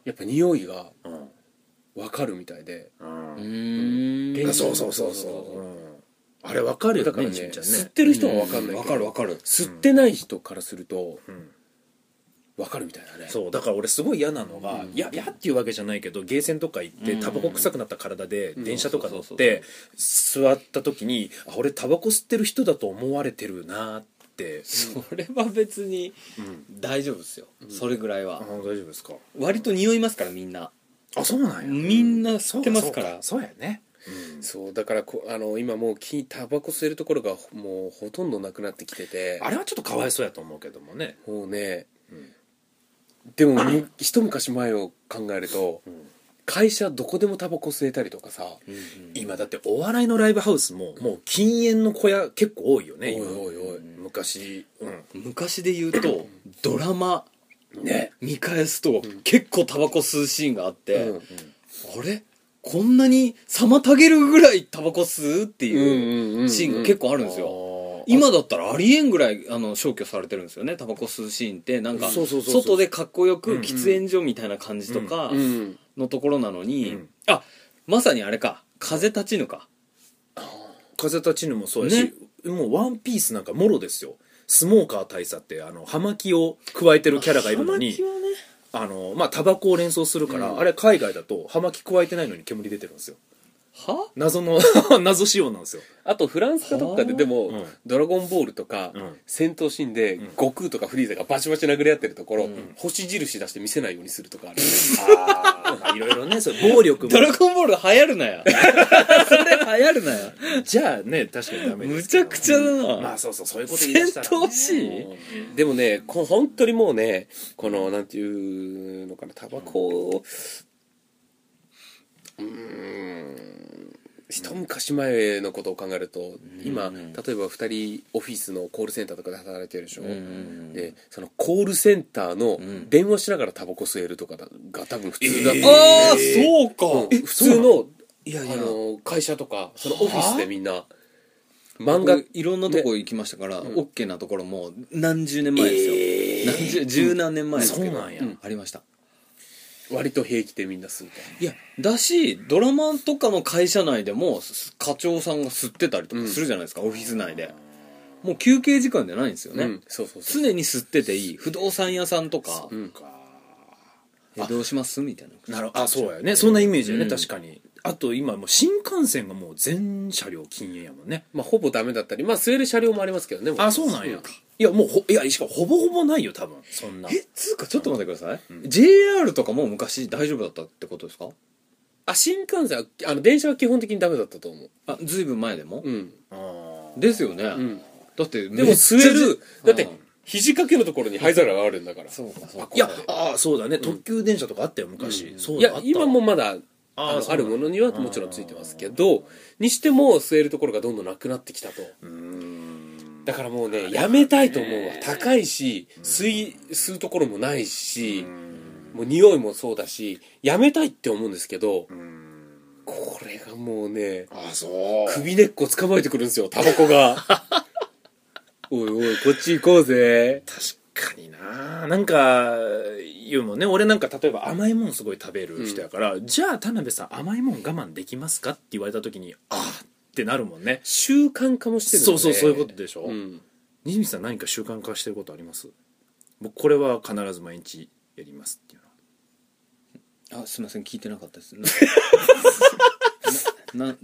[SPEAKER 1] やっぱ匂いが
[SPEAKER 3] うん
[SPEAKER 1] 分かるみたいで
[SPEAKER 3] うん
[SPEAKER 2] うん
[SPEAKER 1] うん
[SPEAKER 3] あそうそうそうそう、うんあれ分かるよね
[SPEAKER 1] だからね
[SPEAKER 3] しんちゃんね
[SPEAKER 1] 吸ってる人は分かんないけど
[SPEAKER 2] わかるわかる
[SPEAKER 1] 吸ってない人からすると
[SPEAKER 3] うん
[SPEAKER 1] 分かるみたいなね、
[SPEAKER 3] そうだから俺すごい嫌なのが、いや嫌っていうわけじゃないけどゲーセンとか行って
[SPEAKER 2] うん
[SPEAKER 3] タバコ臭くなった体で
[SPEAKER 1] ん
[SPEAKER 3] 電車とか
[SPEAKER 2] そ
[SPEAKER 3] 乗っ
[SPEAKER 2] うそう
[SPEAKER 3] て座った時にあ俺タバコ吸ってる人だと思われてるなって、
[SPEAKER 2] それは別に
[SPEAKER 3] うん、
[SPEAKER 2] 大丈夫ですよそれぐらい
[SPEAKER 3] あ
[SPEAKER 2] は
[SPEAKER 3] 大丈夫ですか
[SPEAKER 2] 割と匂いますからみんな
[SPEAKER 3] あそうなんや
[SPEAKER 2] みんな吸ってますから
[SPEAKER 3] そうやね、
[SPEAKER 1] そうだからこあの今もう木タバコ吸えるところがほもうほとんどなくなってきてて
[SPEAKER 3] あれはちょっとかわいそうやと思うけどもね
[SPEAKER 1] もうね、でもむ一昔前を考えると、会社どこでもタバコ吸えたりとかさ、
[SPEAKER 3] 今だってお笑いのライブハウスももう禁煙の小屋結構多いよね今
[SPEAKER 1] おいおいおい
[SPEAKER 3] 昔、う
[SPEAKER 2] 昔で言うとドラマ
[SPEAKER 3] ん、ね
[SPEAKER 2] 見返すと結構タバコ吸うシーンがあって、
[SPEAKER 1] うん
[SPEAKER 2] あれこんなに妨げるぐらいタバコ吸うっていう
[SPEAKER 1] う
[SPEAKER 2] シーンが結構あるんですよ、今だったらありえんぐらいあの消去されてるんですよねタバコ吸うシーンってなんか
[SPEAKER 3] そうそうそうそう
[SPEAKER 2] 外でかっこよ
[SPEAKER 3] うんう
[SPEAKER 2] く
[SPEAKER 3] ん
[SPEAKER 2] 喫煙所みたいな感じとか
[SPEAKER 1] うん
[SPEAKER 2] のところなのに、
[SPEAKER 3] うん
[SPEAKER 2] あまさにあれか風立ちぬか
[SPEAKER 3] 風立ちぬもそうやし、もうワンピースなんかもろですよスモーカー大佐ってあの葉巻を加えてるキャラがいるのに
[SPEAKER 2] 葉巻はね
[SPEAKER 3] あのまあタバコを連想するから、
[SPEAKER 1] うん
[SPEAKER 3] あれ海外だと葉巻加えてないのに煙出てるんですよ
[SPEAKER 2] は
[SPEAKER 3] 謎の 謎仕様なんですよ
[SPEAKER 1] あとフランスかどっかで
[SPEAKER 2] はあ
[SPEAKER 1] でも、
[SPEAKER 3] うん
[SPEAKER 1] ドラゴンボール」とか、
[SPEAKER 3] うん
[SPEAKER 1] 戦闘シーンで、
[SPEAKER 3] ん
[SPEAKER 1] 悟空とかフリーザがバチバチ殴り合ってるところ、
[SPEAKER 2] ん
[SPEAKER 1] 星印出して見せないようにするとかある
[SPEAKER 3] ああいろいろねそう暴 力も
[SPEAKER 2] ドラゴンボール流行るな やそれ流行るなや
[SPEAKER 3] じゃあね確かにダメで
[SPEAKER 2] む
[SPEAKER 3] すけ
[SPEAKER 2] ち
[SPEAKER 3] ど
[SPEAKER 2] ゃくちゃだな、
[SPEAKER 3] まあそうそうそういうこと言い
[SPEAKER 2] 戦
[SPEAKER 3] 出したらね、
[SPEAKER 2] 闘シーン
[SPEAKER 1] でもねこ本当にもうねこのなんていうのかなタバコをうーん一昔前のことを考えると今
[SPEAKER 2] うん
[SPEAKER 1] 例えば2人オフィスのコールセンターとかで働いてるでしょ
[SPEAKER 2] うんうんうん
[SPEAKER 1] でそのコールセンターの
[SPEAKER 2] ん
[SPEAKER 1] 電話しながらタバコ吸えるとかだが多分普通だと思う
[SPEAKER 2] ああ、そうか。
[SPEAKER 1] うん普通の
[SPEAKER 2] いやい
[SPEAKER 1] あ
[SPEAKER 2] や、
[SPEAKER 1] の会社とかそのオフィスでみんな漫画
[SPEAKER 2] 僕いろんなとこ行きましたから、オッケーなところも何十年前ですよ。何十、十何年前ですけど。
[SPEAKER 3] そうなんや
[SPEAKER 2] うありました。
[SPEAKER 1] 割と平気でみんな吸うと
[SPEAKER 2] いや、だし、ドラマとかの会社内でも、す課長さんが吸ってたりとかするじゃないですか、オフィス内で。もう休憩時間じゃないんですよね。
[SPEAKER 1] うんそうそうそう
[SPEAKER 2] 常に吸ってていい。不動産屋さんとか、
[SPEAKER 1] ん
[SPEAKER 2] えどうしますみたいな。
[SPEAKER 3] なるあそうやねそんなイメージよね、
[SPEAKER 2] うん
[SPEAKER 3] 確かにあと今もう新幹線がもう全車両禁煙やもんね
[SPEAKER 1] まあ、ほぼダメだったり、まあ、吸える車両もありますけどね。も
[SPEAKER 3] あそうなんや、いやもうほいやしかもほぼほぼないよ多分そんな
[SPEAKER 2] え、つうか、ちょっと待ってください。JR とかも昔大丈夫だったってことですか
[SPEAKER 1] あ、新幹線は、あの、電車は基本的にダメだったと思う。
[SPEAKER 2] あ、ずいぶん前でも、
[SPEAKER 1] うん。
[SPEAKER 3] あー
[SPEAKER 2] ですよね、
[SPEAKER 1] ん
[SPEAKER 2] だって
[SPEAKER 1] でも吸える。だって
[SPEAKER 2] うん、
[SPEAKER 1] 肘掛けのところに灰皿があるんだから。
[SPEAKER 2] そうかそうか
[SPEAKER 3] いやあーそうだね、特急電車とかあったよ昔、そう
[SPEAKER 1] い
[SPEAKER 3] だあ
[SPEAKER 1] や
[SPEAKER 3] っ、た
[SPEAKER 1] 今もまだ、
[SPEAKER 3] あ
[SPEAKER 1] あの
[SPEAKER 3] そう
[SPEAKER 1] あ
[SPEAKER 3] なんだ
[SPEAKER 1] るものにはもちろんついてますけど、にしても吸えるところがどんどんなくなってきたと。
[SPEAKER 3] うーん
[SPEAKER 1] だからもうね、やめたいと思うわ。高いし、吸い、吸うところもないし、もう匂いもそうだし、やめたいって思うんですけど、これがもうね、
[SPEAKER 3] あそう
[SPEAKER 1] 首根っこ捕まえてくるんですよ、タバコが。おいおい、こっち行こうぜ。
[SPEAKER 3] 確かにななんか言うもんね俺なんか例えば甘いもんすごい食べる人やから、じゃあ田辺さん甘いもん我慢できますかって言われた時にああってなるもんね
[SPEAKER 1] 習慣化もしてるんで
[SPEAKER 3] そうそうそういうことでしょ、
[SPEAKER 1] うん。
[SPEAKER 3] 西光さん何か習慣化してることあります僕これは必ず毎日やりますっていうのは
[SPEAKER 2] あすいません聞いてなかった ですなな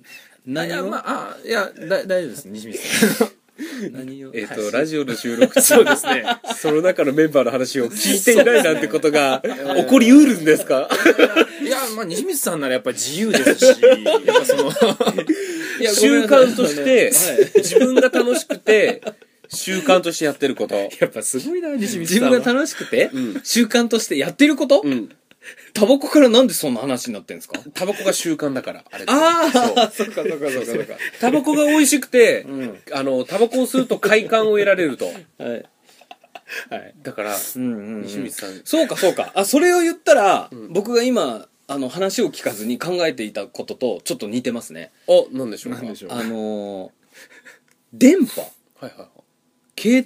[SPEAKER 2] な何を、
[SPEAKER 3] ああいやだ大丈夫です西光さん
[SPEAKER 2] 何を
[SPEAKER 1] えっと、
[SPEAKER 2] はい
[SPEAKER 1] ラジオの収 録
[SPEAKER 3] そう
[SPEAKER 1] 中
[SPEAKER 3] ですね
[SPEAKER 1] その中のメンバーの話を聞いていないなんてことが起こりうるんですか
[SPEAKER 3] いやまあ西光さんならやっぱ自由ですしやっぱその
[SPEAKER 2] いやごめ
[SPEAKER 1] 習
[SPEAKER 2] んなさい
[SPEAKER 1] 慣として、自分が楽しくて、習慣としてやってること。
[SPEAKER 3] やっぱすごいな西光
[SPEAKER 2] 自
[SPEAKER 3] さん
[SPEAKER 2] 分
[SPEAKER 3] は
[SPEAKER 2] が楽しくて
[SPEAKER 1] うん、
[SPEAKER 2] 習慣としてやってること
[SPEAKER 1] うん。
[SPEAKER 2] タバコからなんでそんな話になってんですか
[SPEAKER 1] タバコが習慣だから、あれ。
[SPEAKER 2] あ
[SPEAKER 1] そう
[SPEAKER 2] あ、 そっかそっかそっかそっか。
[SPEAKER 1] タバコが美味しくて、
[SPEAKER 2] ん
[SPEAKER 1] あの、タバコを吸うと快感を得られると。
[SPEAKER 2] はい。
[SPEAKER 3] はい
[SPEAKER 1] だから、
[SPEAKER 2] うんうんうん
[SPEAKER 1] 西光さん、
[SPEAKER 2] そうかそうか。あ、それを言ったら、僕が今、あの、話を聞かずに考えていたこととちょっと似てますね。
[SPEAKER 1] お、なんでしょうか。
[SPEAKER 3] なんでしょう
[SPEAKER 2] あのー、電波。
[SPEAKER 1] はいはいはい。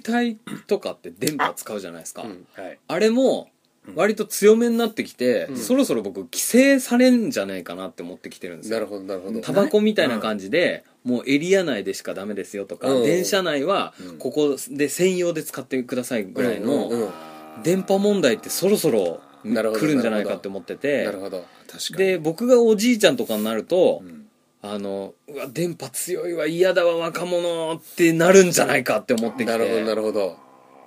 [SPEAKER 2] 携帯とかって電波使うじゃないですか。
[SPEAKER 1] うん
[SPEAKER 3] はい
[SPEAKER 2] あれも、割と強めになってきて、
[SPEAKER 1] うん
[SPEAKER 2] そろそろ僕、規制されんじゃないかなって思ってきてるんですよ
[SPEAKER 1] なるほど、なるほど。
[SPEAKER 2] タバコみたいな感じで、もうエリア内でしかダメですよとか、
[SPEAKER 1] うん
[SPEAKER 2] 電車内は
[SPEAKER 1] うん
[SPEAKER 2] ここで専用で使ってくださいぐらい
[SPEAKER 1] うんうんう
[SPEAKER 2] の
[SPEAKER 1] ん
[SPEAKER 2] 電波問題ってそろそろ
[SPEAKER 1] なるほど
[SPEAKER 2] 来るんじゃないかって思って
[SPEAKER 1] な
[SPEAKER 2] て
[SPEAKER 1] るほど。
[SPEAKER 3] 確かに
[SPEAKER 2] で僕がおじいちゃんとかになると、
[SPEAKER 3] ん
[SPEAKER 2] あのうわ電波強いわ嫌だわ若者ってなるんじゃないかって思ってきて
[SPEAKER 1] なるほど、なるほど。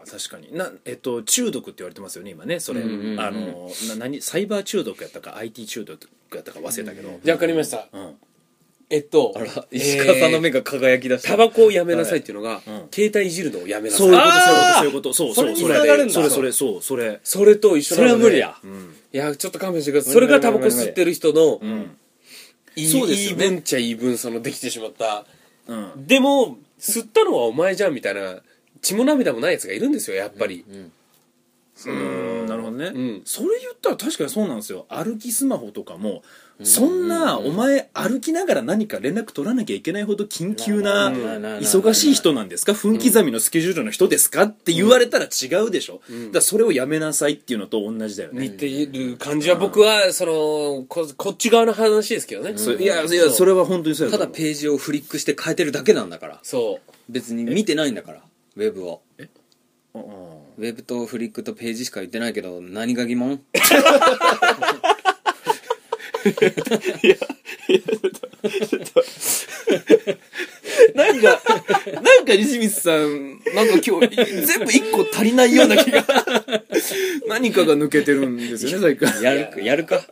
[SPEAKER 3] 確かになえっと中毒って言われてますよね今ねそれ、
[SPEAKER 2] うんうんうん
[SPEAKER 3] あのな何サイバー中毒やったか IT 中毒やったか忘れたけど、
[SPEAKER 1] わかりました。
[SPEAKER 3] うん
[SPEAKER 1] えっと
[SPEAKER 2] あら、石川さんの目が輝き出した、
[SPEAKER 1] タバコをやめなさいっていうのが、
[SPEAKER 3] うん
[SPEAKER 1] 携帯いじるのをやめなさ
[SPEAKER 3] そういう
[SPEAKER 1] い。
[SPEAKER 2] あー
[SPEAKER 3] ことそういうことそ
[SPEAKER 2] そ
[SPEAKER 3] うそ
[SPEAKER 2] れ
[SPEAKER 3] う
[SPEAKER 2] に
[SPEAKER 3] それ
[SPEAKER 2] 繋がるんだ
[SPEAKER 3] それそれそうそれ
[SPEAKER 1] それと一緒
[SPEAKER 2] そ
[SPEAKER 1] なの
[SPEAKER 2] れ
[SPEAKER 1] で
[SPEAKER 2] は無理や、
[SPEAKER 3] うん
[SPEAKER 1] いや、ちょっと勘弁してください。それがタバコ吸ってる人の、
[SPEAKER 3] ん
[SPEAKER 1] いい
[SPEAKER 3] そうですよね
[SPEAKER 1] 言い分っちゃ言い分、その、できてしまった。
[SPEAKER 3] うん
[SPEAKER 1] でも、吸ったのはお前じゃん、みたいな、血も涙もないやつがいるんですよ、やっぱり。
[SPEAKER 3] なるほどね、
[SPEAKER 1] うん
[SPEAKER 3] それ言ったら確かにそうなんですよ歩きスマホとかもそんなお前歩きながら何か連絡取らなきゃいけないほど緊急な
[SPEAKER 2] うん
[SPEAKER 3] 忙しい人なんですか分刻みのスケジュールの人ですかって言われたら違うでしょ、だからそれをやめなさいっていうのと同じだよね、
[SPEAKER 1] 似ている感じは、僕は、そのこ、こっち側の話ですけどね。
[SPEAKER 3] そ
[SPEAKER 1] うん
[SPEAKER 3] いやいやそれは本当にそうや
[SPEAKER 2] た
[SPEAKER 3] と
[SPEAKER 2] だ
[SPEAKER 3] 思う
[SPEAKER 2] ページをフリックして変えてるだけなんだから
[SPEAKER 1] そう。
[SPEAKER 2] 別に見てないんだからウェブを
[SPEAKER 3] うんうん
[SPEAKER 2] ウェブとフリックとページしか言ってないけど何が疑問
[SPEAKER 3] なんか、なんか西光さん、なんか今日、全部一個足りないような気が。 何かが抜けてるんですよね、最近。
[SPEAKER 2] やるかやるか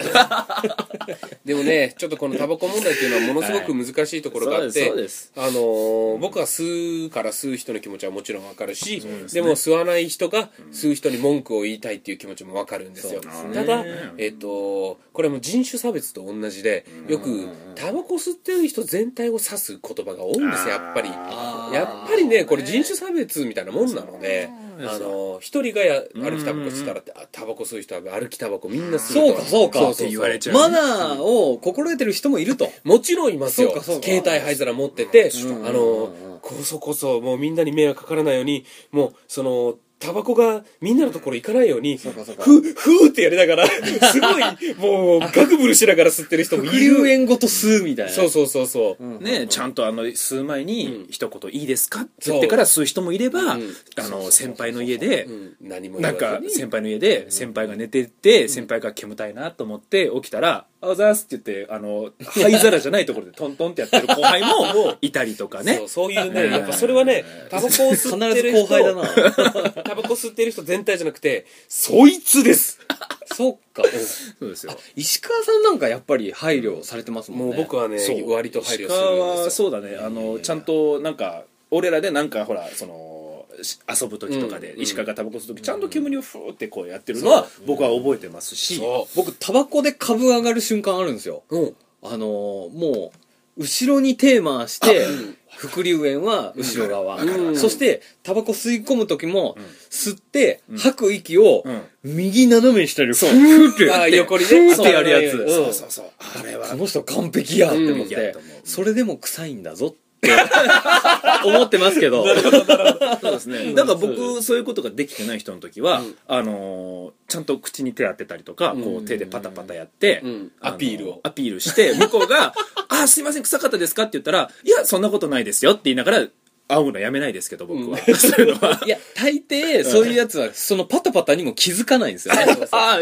[SPEAKER 1] でもね、ちょっとこのタバコ問題っていうのはものすごく難しいところがあって、
[SPEAKER 3] はいそうです
[SPEAKER 1] あのー僕は吸うから吸う人の気持ちはもちろんわかるしで,、も吸わない人が吸う人に文句を言いたいっていう気持ちもわかるんですよ
[SPEAKER 2] そう
[SPEAKER 1] ただ、えっとこれも人種差別と同じでよくタバコ吸ってる人全体を指す言葉が多いんですよやっぱり
[SPEAKER 2] あー
[SPEAKER 1] やっぱりねこれ人種差別みたいなもんなので。あのー一人がや歩きタバコ吸ったらってあタバコ吸う人は歩きタバコみんな吸
[SPEAKER 2] そうう
[SPEAKER 1] と
[SPEAKER 2] かそうか
[SPEAKER 3] って言われちゃう
[SPEAKER 2] マナーを心得てる人もいると
[SPEAKER 1] もちろんいますよ
[SPEAKER 2] そうかそうか
[SPEAKER 1] 携帯灰皿持ってて、
[SPEAKER 2] うん
[SPEAKER 1] あ
[SPEAKER 2] うんうん
[SPEAKER 1] のこそこそもうみんなに迷惑かからないようにもうそのタバコがみんなのところ行かないように
[SPEAKER 2] かそうか
[SPEAKER 1] ふふーってやり ながらすごいもうガクブルしながら吸ってる人もい
[SPEAKER 2] 流
[SPEAKER 1] る
[SPEAKER 2] 縁ごと吸うみたいな
[SPEAKER 1] そうそうそうそう、
[SPEAKER 3] ね、ちゃんとあの吸う前に
[SPEAKER 1] うん
[SPEAKER 3] 一言「いいですか?」って言ってから吸う人もいれば、
[SPEAKER 1] うん
[SPEAKER 3] あの先輩の家で、
[SPEAKER 1] うん何も言
[SPEAKER 3] な
[SPEAKER 1] わ
[SPEAKER 3] ん
[SPEAKER 1] ずに
[SPEAKER 3] か先輩の家で先輩が寝てて、先輩が煙たいなと思って起きたら「あざーす」って言ってあの灰皿じゃないとこ ろでトントンってやってる後輩もいたりとかね
[SPEAKER 1] そうそういうねやっぱそれ はねタバコを吸ってる人
[SPEAKER 2] 必ず後輩
[SPEAKER 1] タバコ吸ってる人全体じゃなくてそい つです
[SPEAKER 2] そっか
[SPEAKER 3] そうですよ
[SPEAKER 2] 石川さんなんかやっぱり配慮されてますもん
[SPEAKER 1] も
[SPEAKER 2] ね
[SPEAKER 1] う僕はね
[SPEAKER 3] そう
[SPEAKER 1] 割と配慮するんです
[SPEAKER 3] 石
[SPEAKER 1] よ
[SPEAKER 3] 川はそうだねあのちゃんとなんか俺らでなんかほらそのし遊ぶ時とかで、
[SPEAKER 1] うん
[SPEAKER 3] 石川がタバコ吸う時ちゃんと煙をふーってこうやってるのは僕は覚えてますし、
[SPEAKER 1] そ
[SPEAKER 2] 僕タバコで株上がる瞬間あるんですよ
[SPEAKER 1] ううん
[SPEAKER 2] あのーもう後ろにテーマして伏流炎は後ろ側、
[SPEAKER 1] うん
[SPEAKER 2] そしてタバコ吸い込む時も、吸って吐く息を、右斜めにしたりふーってやっ
[SPEAKER 1] あー
[SPEAKER 2] て
[SPEAKER 1] 横にね
[SPEAKER 2] ふーってやるやつ、
[SPEAKER 1] そう
[SPEAKER 3] そうそうそうあれは
[SPEAKER 2] この人完璧やって思っ
[SPEAKER 3] うんいや
[SPEAKER 2] て
[SPEAKER 3] と思う、
[SPEAKER 2] それでも臭いんだぞって 思ってますけど
[SPEAKER 3] そうですねだから僕そういうことができてない人の時は、あのーちゃんと口に手当てたりとか、こう手でパタパタやって、
[SPEAKER 1] うん
[SPEAKER 3] あの
[SPEAKER 1] アピールを
[SPEAKER 3] アピールして向こうが 「あすいません臭かったですか?」って言ったら「いやそんなことないですよ」って言いながら会うのやめないですけど僕は、 そういうの はい
[SPEAKER 2] や大抵そういうやつはそのパタパタにも気づかないんですよ ね
[SPEAKER 3] あ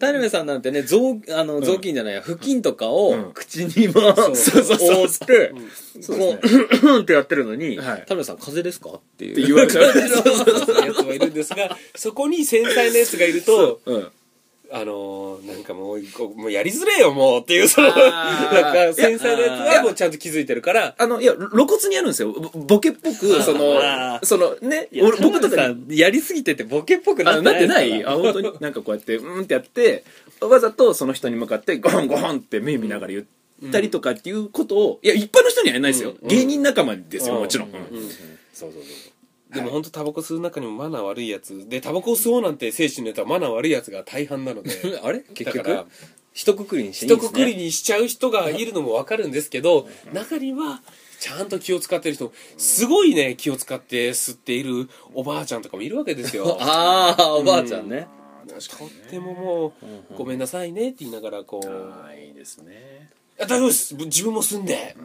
[SPEAKER 2] 田辺さんなんてね雑あの雑巾じゃないや布巾とかを
[SPEAKER 3] ん
[SPEAKER 2] 口にまあ
[SPEAKER 1] そう
[SPEAKER 2] 覆って
[SPEAKER 3] そう
[SPEAKER 2] こ
[SPEAKER 3] で
[SPEAKER 2] ううんうんってやってるのに
[SPEAKER 3] はい
[SPEAKER 2] 田辺さん風邪ですか?」って
[SPEAKER 3] って
[SPEAKER 2] い
[SPEAKER 3] 言
[SPEAKER 2] う
[SPEAKER 3] われちゃう
[SPEAKER 1] やつがいるんですがそこに繊細なやつがいると
[SPEAKER 3] うん
[SPEAKER 1] ああのーなんかもうこうもうやりづれえよもうっていうその
[SPEAKER 2] あー
[SPEAKER 1] なんか繊細なや
[SPEAKER 2] い
[SPEAKER 1] つ
[SPEAKER 2] や
[SPEAKER 1] はもうちゃんと気づいてるから
[SPEAKER 3] あの、いや、露骨にやるんですよ。ぼボケっぽく、そ
[SPEAKER 2] あ
[SPEAKER 3] の、
[SPEAKER 2] ー
[SPEAKER 3] そのね、俺僕とかに、
[SPEAKER 2] やりすぎててボケっぽく
[SPEAKER 3] あ
[SPEAKER 2] な
[SPEAKER 3] なって
[SPEAKER 2] って
[SPEAKER 3] な
[SPEAKER 2] ない
[SPEAKER 3] いあ、本当に。なんかこうやって、うーんってやって、わざとその人に向かって、ごはんごはんって目見ながら言ったりとかっていうことを、いや、一般の人にはやらないですよ。芸人仲間ですよ、もちろん。うんそうそうそう。
[SPEAKER 1] でも本当タバコ吸う中にもマナー悪いやつでタバコを吸おうなんて精神のやつはマナー悪いやつが大半なので
[SPEAKER 2] あれ結
[SPEAKER 1] だから
[SPEAKER 2] 局一括りにしていい
[SPEAKER 1] 一
[SPEAKER 2] んです
[SPEAKER 1] 括り
[SPEAKER 2] ね
[SPEAKER 1] にしちゃう人がいるのもわかるんですけど中にはちゃんと気を使ってる人すごいね気を使って吸っているおばあちゃんとかもいるわけで すよ
[SPEAKER 2] ああおばあちゃんね
[SPEAKER 1] とってももうごめんなさいねって言いながらこう
[SPEAKER 3] あーいいですね。
[SPEAKER 1] 「あ大丈夫です自分も吸んで」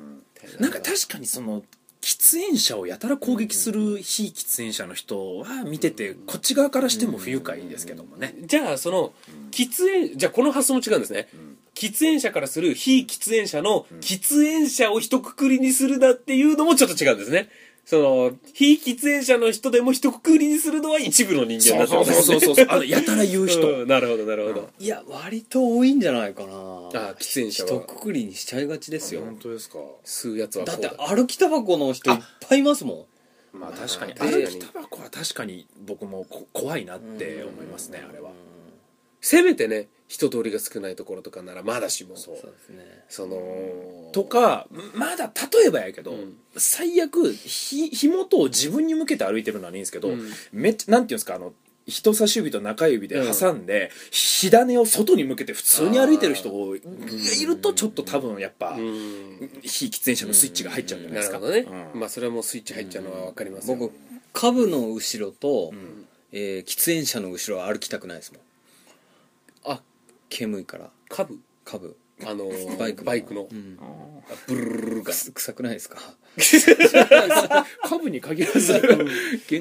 [SPEAKER 3] なんか確かにその、喫煙者をやたら攻撃する非喫煙者の人は見てて、こっち側からしても不愉快ですけどもね。
[SPEAKER 1] じゃあその喫煙じゃあこの発想も違うんですね、喫煙者からする非喫煙者の喫煙者を一括りにするなっていうのもちょっと違うんですねその非喫煙者の人でも一括りにするのは一部の人間だって
[SPEAKER 3] そ
[SPEAKER 1] こ
[SPEAKER 3] う
[SPEAKER 1] とですね
[SPEAKER 3] そうそうそう。あの、やたら言う人。
[SPEAKER 1] うんなるほどなるほど、
[SPEAKER 2] いや割と多いんじゃないかな
[SPEAKER 1] あ喫煙者
[SPEAKER 2] 一
[SPEAKER 1] は
[SPEAKER 2] 括りにしちゃいがちですよ
[SPEAKER 3] 当ですか。
[SPEAKER 1] 吸うやつは
[SPEAKER 2] だ
[SPEAKER 1] こ
[SPEAKER 2] っ
[SPEAKER 1] う
[SPEAKER 2] て
[SPEAKER 1] だ
[SPEAKER 2] 歩きタバコの人いっぱいいますも
[SPEAKER 3] まあ確かに
[SPEAKER 1] まあ確
[SPEAKER 3] 歩
[SPEAKER 1] か
[SPEAKER 3] き
[SPEAKER 1] に
[SPEAKER 3] タバコは確かに僕もこ怖いなって思いますねあれは
[SPEAKER 1] せめてね人通りが少ないところとかならまだしも
[SPEAKER 2] ん
[SPEAKER 1] そ
[SPEAKER 2] そうですね
[SPEAKER 1] の
[SPEAKER 3] とかまだ例えばやけど、
[SPEAKER 1] ん
[SPEAKER 3] 最悪ひ火元を自分に向けて歩いてるのはいいんですけど、
[SPEAKER 1] うん
[SPEAKER 3] めっちゃなんていうんですかあの人差し指と中指で挟んで、火種を外に向けて普通に歩いてる人がいるとちょっと多分やっぱ、
[SPEAKER 1] うん
[SPEAKER 3] 非喫煙者のスイッチが入っちゃうんじゃない
[SPEAKER 1] なる
[SPEAKER 3] ですか、
[SPEAKER 1] ほどね、
[SPEAKER 3] うん
[SPEAKER 1] まあそれはもうスイッチ入っちゃうのは分かりますよ
[SPEAKER 2] 僕株の後ろと、えー喫煙者の後ろは歩きたくないですもん
[SPEAKER 1] あ
[SPEAKER 2] 煙いから
[SPEAKER 1] カブ
[SPEAKER 2] 株
[SPEAKER 1] あのー
[SPEAKER 2] バイクの
[SPEAKER 1] バイクの、
[SPEAKER 2] うん
[SPEAKER 1] あブルルルルが
[SPEAKER 2] くす臭くないですか
[SPEAKER 3] 株に限らず、はい
[SPEAKER 2] 原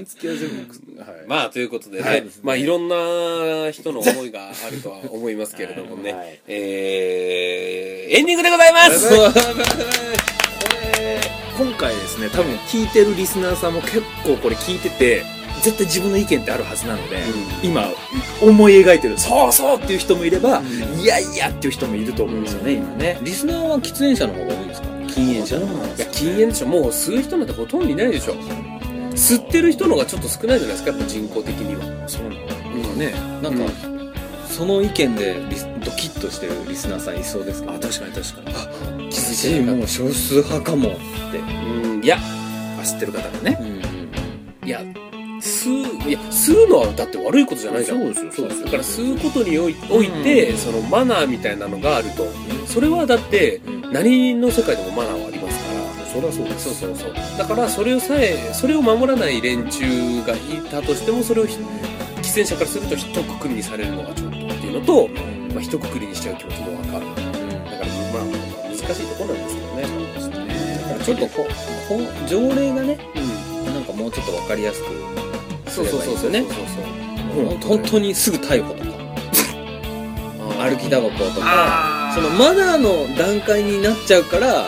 [SPEAKER 2] 付は全部
[SPEAKER 1] まあということでね、
[SPEAKER 3] はい
[SPEAKER 1] まあいろんな人の思いがあるとは思いますけれどもね、
[SPEAKER 3] はい
[SPEAKER 1] えー、エンディングでございます
[SPEAKER 3] 今回ですね多分聞いてるリスナーさんも結構これ聞いてて絶対自分の意見ってあるはずなので、今思い描いてるそうそうっていう人もいれば、いやいやっていう人もいると思うんですよね、今ね
[SPEAKER 2] リスナーは喫煙者の方が多いんですか禁煙者の方が多いん
[SPEAKER 1] い
[SPEAKER 2] です
[SPEAKER 1] や
[SPEAKER 2] か
[SPEAKER 1] 禁煙でしょもう吸う人なんてほとんどいないでしょ吸ってる人の方がちょっと少ないじゃないですかやっぱ人口的には
[SPEAKER 3] そうなんだ
[SPEAKER 1] 今
[SPEAKER 3] ね
[SPEAKER 2] なんか、その意見でリスドキッとしてるリスナーさんいそうですけど
[SPEAKER 3] あ確かに確かにあ
[SPEAKER 1] 気
[SPEAKER 2] 私
[SPEAKER 1] づいてなか
[SPEAKER 2] もう少数派かもって、
[SPEAKER 1] ったうんいや
[SPEAKER 3] 知ってる方がね
[SPEAKER 1] いや吸ういや吸うのはだって悪いことじゃないじゃん
[SPEAKER 3] そうですよそうですよ
[SPEAKER 1] だから吸うことにおいおいて、そのマナーみたいなのがあるとそれはだって
[SPEAKER 3] うん
[SPEAKER 1] 何の世界でもマナーはありますから
[SPEAKER 3] そりゃそうで
[SPEAKER 1] そうそうそうだからそれをさえそれを守らない連中がいたとしてもそれをひ喫煙者からすると一括りにされるのがちょっとっていうのと、まあ、一括りにしちゃう気持ちもわかるだからまあ難しいところなんですけどね
[SPEAKER 2] だからちょっとここ条例がね
[SPEAKER 1] うん
[SPEAKER 2] なんかもうちょっと分かりやすく
[SPEAKER 1] そうそうそうそ
[SPEAKER 2] す
[SPEAKER 1] う
[SPEAKER 2] ればいいですよね
[SPEAKER 1] そうそうそう
[SPEAKER 2] もう本当にすぐ逮捕とか
[SPEAKER 1] あ
[SPEAKER 2] 歩きタバコとかそのマナーの段階になっちゃうから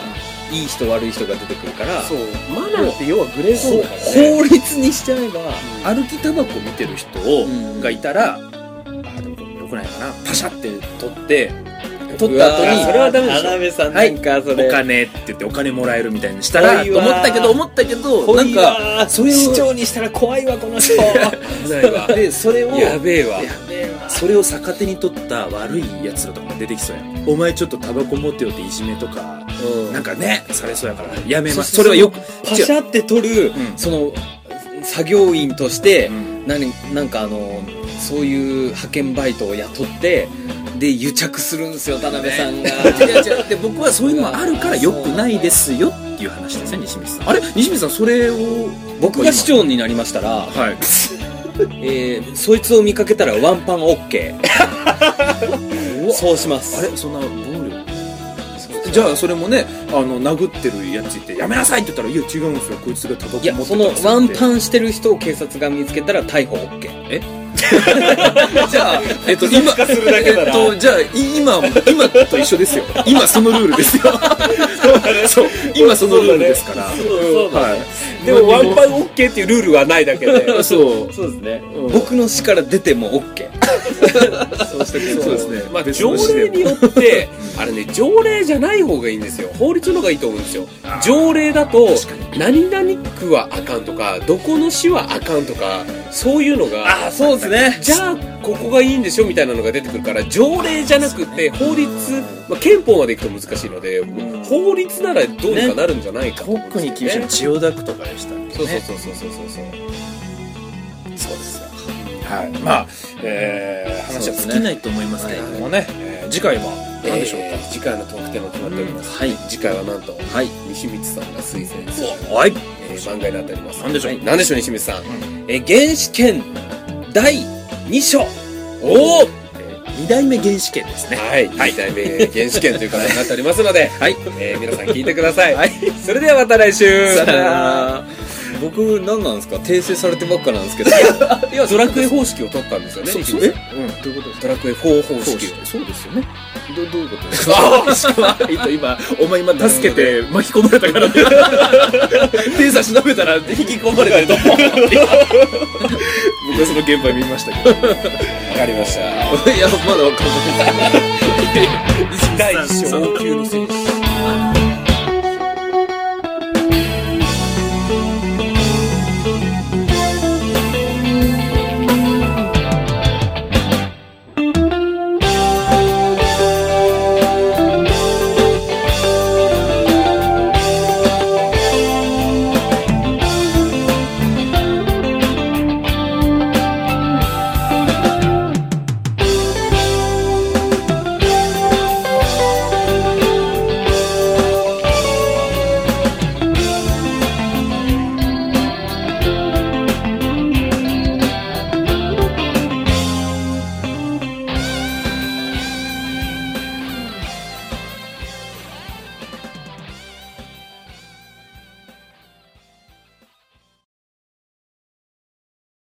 [SPEAKER 2] いい人悪い人が出てくるから
[SPEAKER 1] そうマナーって要はグレーゾーンだからね
[SPEAKER 2] 法律にしちゃえば、
[SPEAKER 3] 歩きタバコ見てる人を、
[SPEAKER 2] うん
[SPEAKER 3] がいたらあーでもこれ良くないかなパシャって取って取っ
[SPEAKER 2] う
[SPEAKER 3] た
[SPEAKER 2] わ
[SPEAKER 3] 後に
[SPEAKER 2] それはダメでしょ
[SPEAKER 1] 田
[SPEAKER 2] 辺さ
[SPEAKER 3] ん
[SPEAKER 2] なんかそ
[SPEAKER 3] お
[SPEAKER 2] れ、
[SPEAKER 3] 金って言ってお金もらえるみたいにしたら
[SPEAKER 2] 多い
[SPEAKER 3] と
[SPEAKER 2] わ
[SPEAKER 3] 思
[SPEAKER 2] ー
[SPEAKER 3] ったけど思ったけどなんか
[SPEAKER 2] そ
[SPEAKER 3] れを
[SPEAKER 2] 市長にしたら怖いわこの人
[SPEAKER 1] ないわ
[SPEAKER 3] でそれを
[SPEAKER 1] やべえわ
[SPEAKER 3] いやそれを逆手に取った悪いやつらとかが出てきそうやんお前ちょっとタバコ持ってよっていじめとか
[SPEAKER 1] うん
[SPEAKER 3] なんかねされそうやからやめます
[SPEAKER 2] そ
[SPEAKER 3] それはよく
[SPEAKER 2] パシ
[SPEAKER 3] 違う
[SPEAKER 2] ャって取る、
[SPEAKER 3] うん
[SPEAKER 2] その作業員として、
[SPEAKER 3] うん
[SPEAKER 2] 何なんかあのそういう派遣バイトを雇ってで癒着するんですよ田辺さんが、
[SPEAKER 3] 違う違うで僕はそういうのもあるからよくないですよっていう話ですね西光さんあれ西光さんそれを
[SPEAKER 2] 僕が市長になりましたら、
[SPEAKER 3] はい
[SPEAKER 2] えーそいつを見かけたらワンパン OK そうします
[SPEAKER 3] あれそんな暴力じゃあそれもねあの殴ってるやついて「やめなさい!」って言ったら「いや違うんですよこいつがタバコ持っ
[SPEAKER 2] い
[SPEAKER 3] て
[SPEAKER 2] や
[SPEAKER 3] たんです
[SPEAKER 2] そ
[SPEAKER 3] よ
[SPEAKER 2] のワンパ
[SPEAKER 3] ン
[SPEAKER 2] ンしてる人を警察が見つけたら逮捕 OK
[SPEAKER 3] じゃあえっと今
[SPEAKER 1] 化するだけなら
[SPEAKER 3] えっとじゃあい今今と一緒ですよ今そのルールですよそう今そのルールですから
[SPEAKER 1] そうそうだね
[SPEAKER 3] はい
[SPEAKER 1] でもワンパン OK っていうルールはないだけで
[SPEAKER 3] そう
[SPEAKER 2] そうですね、
[SPEAKER 3] うん
[SPEAKER 2] 僕の死から出ても OK
[SPEAKER 3] そうしてく
[SPEAKER 2] そうですね
[SPEAKER 1] まあ
[SPEAKER 3] 別
[SPEAKER 1] 条
[SPEAKER 3] の市で
[SPEAKER 1] 例
[SPEAKER 3] も
[SPEAKER 1] によって あれね条例じゃない方がいいんですよ法律の方がいいと思うんですよ条例だと何々区はあかんとかどこの市はあかんとかそういうのが
[SPEAKER 2] あそうですね
[SPEAKER 1] じゃあここがいいんでしょみたいなのが出てくるから条例じゃなくて法律、まあ、憲法までいくと難しいので法律ならどうにかなるんじゃないかと思うん
[SPEAKER 3] 特に
[SPEAKER 1] ですよ
[SPEAKER 3] 厳しいの千代田区とかでした
[SPEAKER 1] そうそうそうそうそうそう
[SPEAKER 3] そうですよはいまあ、えー、話は尽きないと思いますけれどもね、えー次回は何でしょうか、
[SPEAKER 1] えー次回のトークテーマ決まっております、
[SPEAKER 2] はい
[SPEAKER 1] 次回はなんと、
[SPEAKER 2] はい
[SPEAKER 1] 西光さんが推薦する、
[SPEAKER 2] はい
[SPEAKER 1] えー、漫画になっております
[SPEAKER 3] なんでしょう
[SPEAKER 1] はいなんでしょう西光さん、
[SPEAKER 2] えー原始圏第2章
[SPEAKER 1] おお
[SPEAKER 3] 二代目原始圏ですね
[SPEAKER 1] はい、2代目原始権という形になっておりますので、
[SPEAKER 2] はい
[SPEAKER 1] えー皆さん聞いてください、
[SPEAKER 2] はい
[SPEAKER 1] それではまた来週
[SPEAKER 2] さよなら僕何なんですか訂正されてばっかなんですけど
[SPEAKER 1] いやドラクエ方式を取ったんですよね
[SPEAKER 2] そう
[SPEAKER 1] 西光
[SPEAKER 2] え
[SPEAKER 1] さん
[SPEAKER 3] うんということです
[SPEAKER 1] ドラクエ4方
[SPEAKER 3] そう
[SPEAKER 1] 式を
[SPEAKER 3] そうですよねどどういうことですか今お前今助けて巻き込まれた からね手差し伸べたら引き込まれてドボンって僕はその現場見ました けど
[SPEAKER 1] わかりました
[SPEAKER 2] いやまだわかんない
[SPEAKER 1] 第1章王宮の戦士